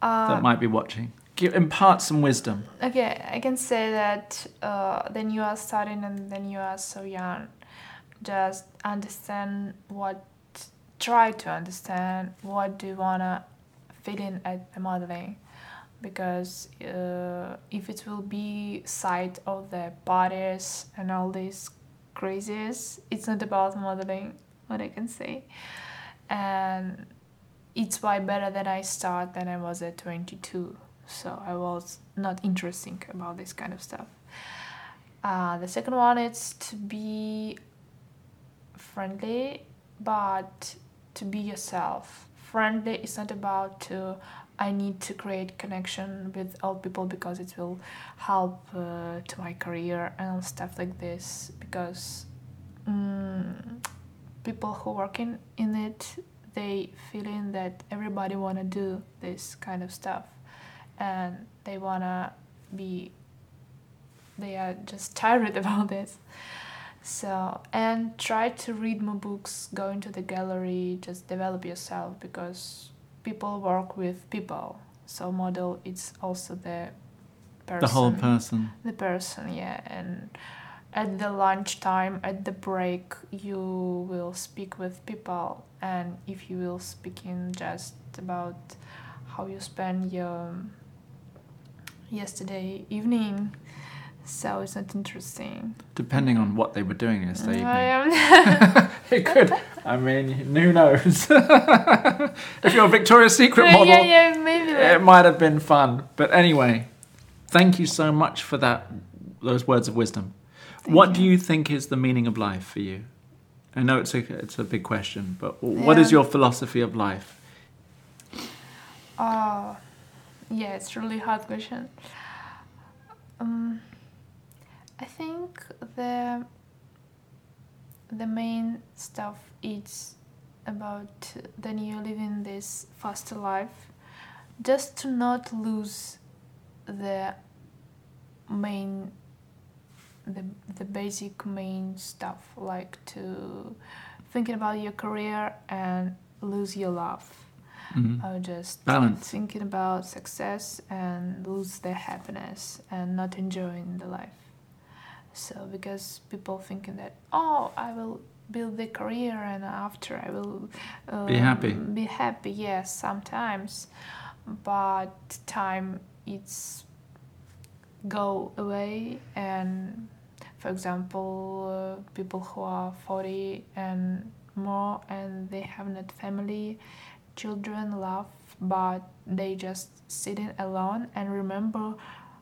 Speaker 1: that
Speaker 2: Uh,
Speaker 1: might be watching? Give, impart some wisdom.
Speaker 2: okay, I can say that uh, then you are starting and then you are so young. Just understand what, try to understand what do you wanna fit in at the modeling, because uh, if it will be side of the parties and all these crazies, it's not about modeling. What I can say, and it's why better that I start than I was at 22. So I was not interesting about this kind of stuff. Uh, the second one is to be friendly, but to be yourself. Friendly is not about to. I need to create connection with all people because it will help uh, to my career and stuff like this. Because mm, people who working in it they feeling that everybody wanna do this kind of stuff and they wanna be they are just tired about this so and try to read more books go into the gallery just develop yourself because people work with people so model it's also the person
Speaker 1: The whole person.
Speaker 2: the person yeah and at the lunchtime at the break you will speak with people and if you will speak in just about how you spend your yesterday evening so it's not interesting
Speaker 1: Depending on what they were doing yesterday
Speaker 2: I
Speaker 1: evening.
Speaker 2: am
Speaker 1: It could. I mean, who knows? if you're a Victoria's Secret model,
Speaker 2: yeah yeah maybe
Speaker 1: it
Speaker 2: like,
Speaker 1: might have been fun. But anyway, thank you so much for that. Those words of wisdom.
Speaker 2: Thank
Speaker 1: what
Speaker 2: you.
Speaker 1: do you think is the meaning of life for you? I know it's a it's a big question, but what
Speaker 2: Yeah.
Speaker 1: is your philosophy of life?
Speaker 2: Uh, yeah, it's really hard question. Um, I think the the main stuff is about the new living this faster life, just to not lose the main the, the basic main stuff like to thinking about your career and lose your love
Speaker 1: Mhm.
Speaker 2: or just
Speaker 1: Balance.
Speaker 2: thinking about success and lose their happiness and not enjoying the life. So because people thinking that oh I will build the career and after I will uh,
Speaker 1: happy.
Speaker 2: Be happy, yes, sometimes, but time it's go away and for example uh, people who are 40 and more and they have not family children love but they just sitting alone and remember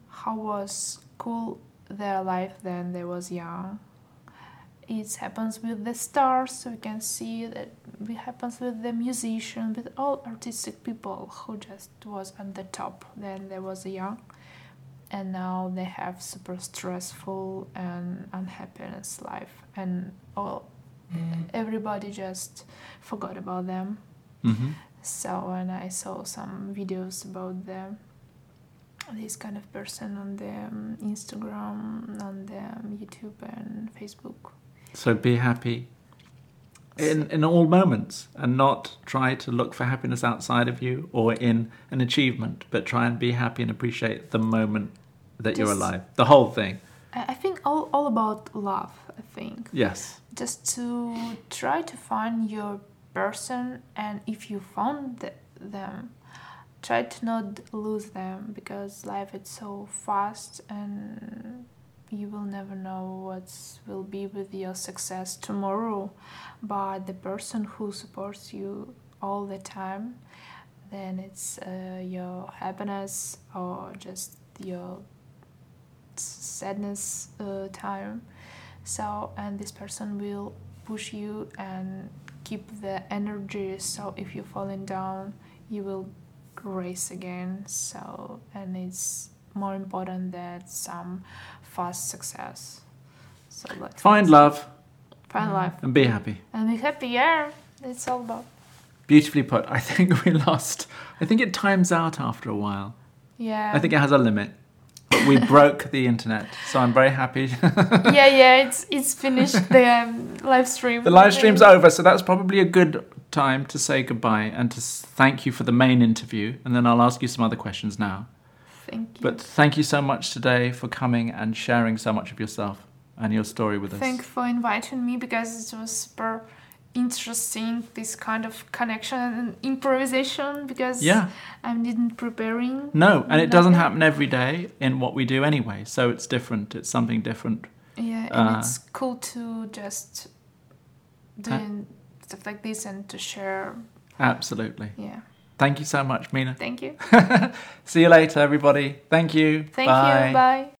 Speaker 2: how was cool their life when they was young it happens with the stars so we can see that it happens with the musician with all artistic people who just was at the top when they was young and now they have super stressful and unhappiness life and all everybody just forgot about them
Speaker 1: Mhm.
Speaker 2: so and I saw some videos about the this kind of person on the um, Instagram, on the um, YouTube and Facebook.
Speaker 1: So be happy in in all moments, and not try to look for happiness outside of you or in an achievement, but try and be happy and appreciate the moment that you're
Speaker 2: Just-
Speaker 1: alive. The whole thing.
Speaker 2: I, I think all, all about love. I think
Speaker 1: Yes.
Speaker 2: just to try to find your person, and if you found th- them, try to not lose them because life is so fast and you will never know what will be with your success tomorrow but the person who supports you all the time then it's uh, your happiness or just your s- sadness uh, time so and this person will push you and keep the energy so if you're falling down you will race again so and it's more important than some fast success so let's
Speaker 1: Find love
Speaker 2: find life
Speaker 1: and be happy.
Speaker 2: and be happy yeah it's all about
Speaker 1: Beautifully put. I think we lost. I think it times out after a while.
Speaker 2: yeah
Speaker 1: I think it has a limit. But we broke the internet, so I'm very happy.
Speaker 2: yeah, yeah, it's it's finished the um, live stream.
Speaker 1: the live stream's over, so that's probably a good time to say goodbye and to s- thank you for the main interview. And then I'll ask you some other questions now.
Speaker 2: Thank you.
Speaker 1: But thank you so much today for coming and sharing so much of yourself and your story with us.
Speaker 2: Thank for inviting me because it was super interesting this kind of connection and improvisation because
Speaker 1: Yeah.
Speaker 2: I didn't preparing.
Speaker 1: No, and it doesn't
Speaker 2: Nothing.
Speaker 1: happen every day in what we do anyway, so it's different. It's something different.
Speaker 2: Yeah, and
Speaker 1: Uh,
Speaker 2: it's cool to just doing stuff like this and to share.
Speaker 1: Absolutely.
Speaker 2: Yeah,
Speaker 1: Thank you so much, Mina.
Speaker 2: thank you.
Speaker 1: See you later, everybody. Thank you.
Speaker 2: Thank you. Bye.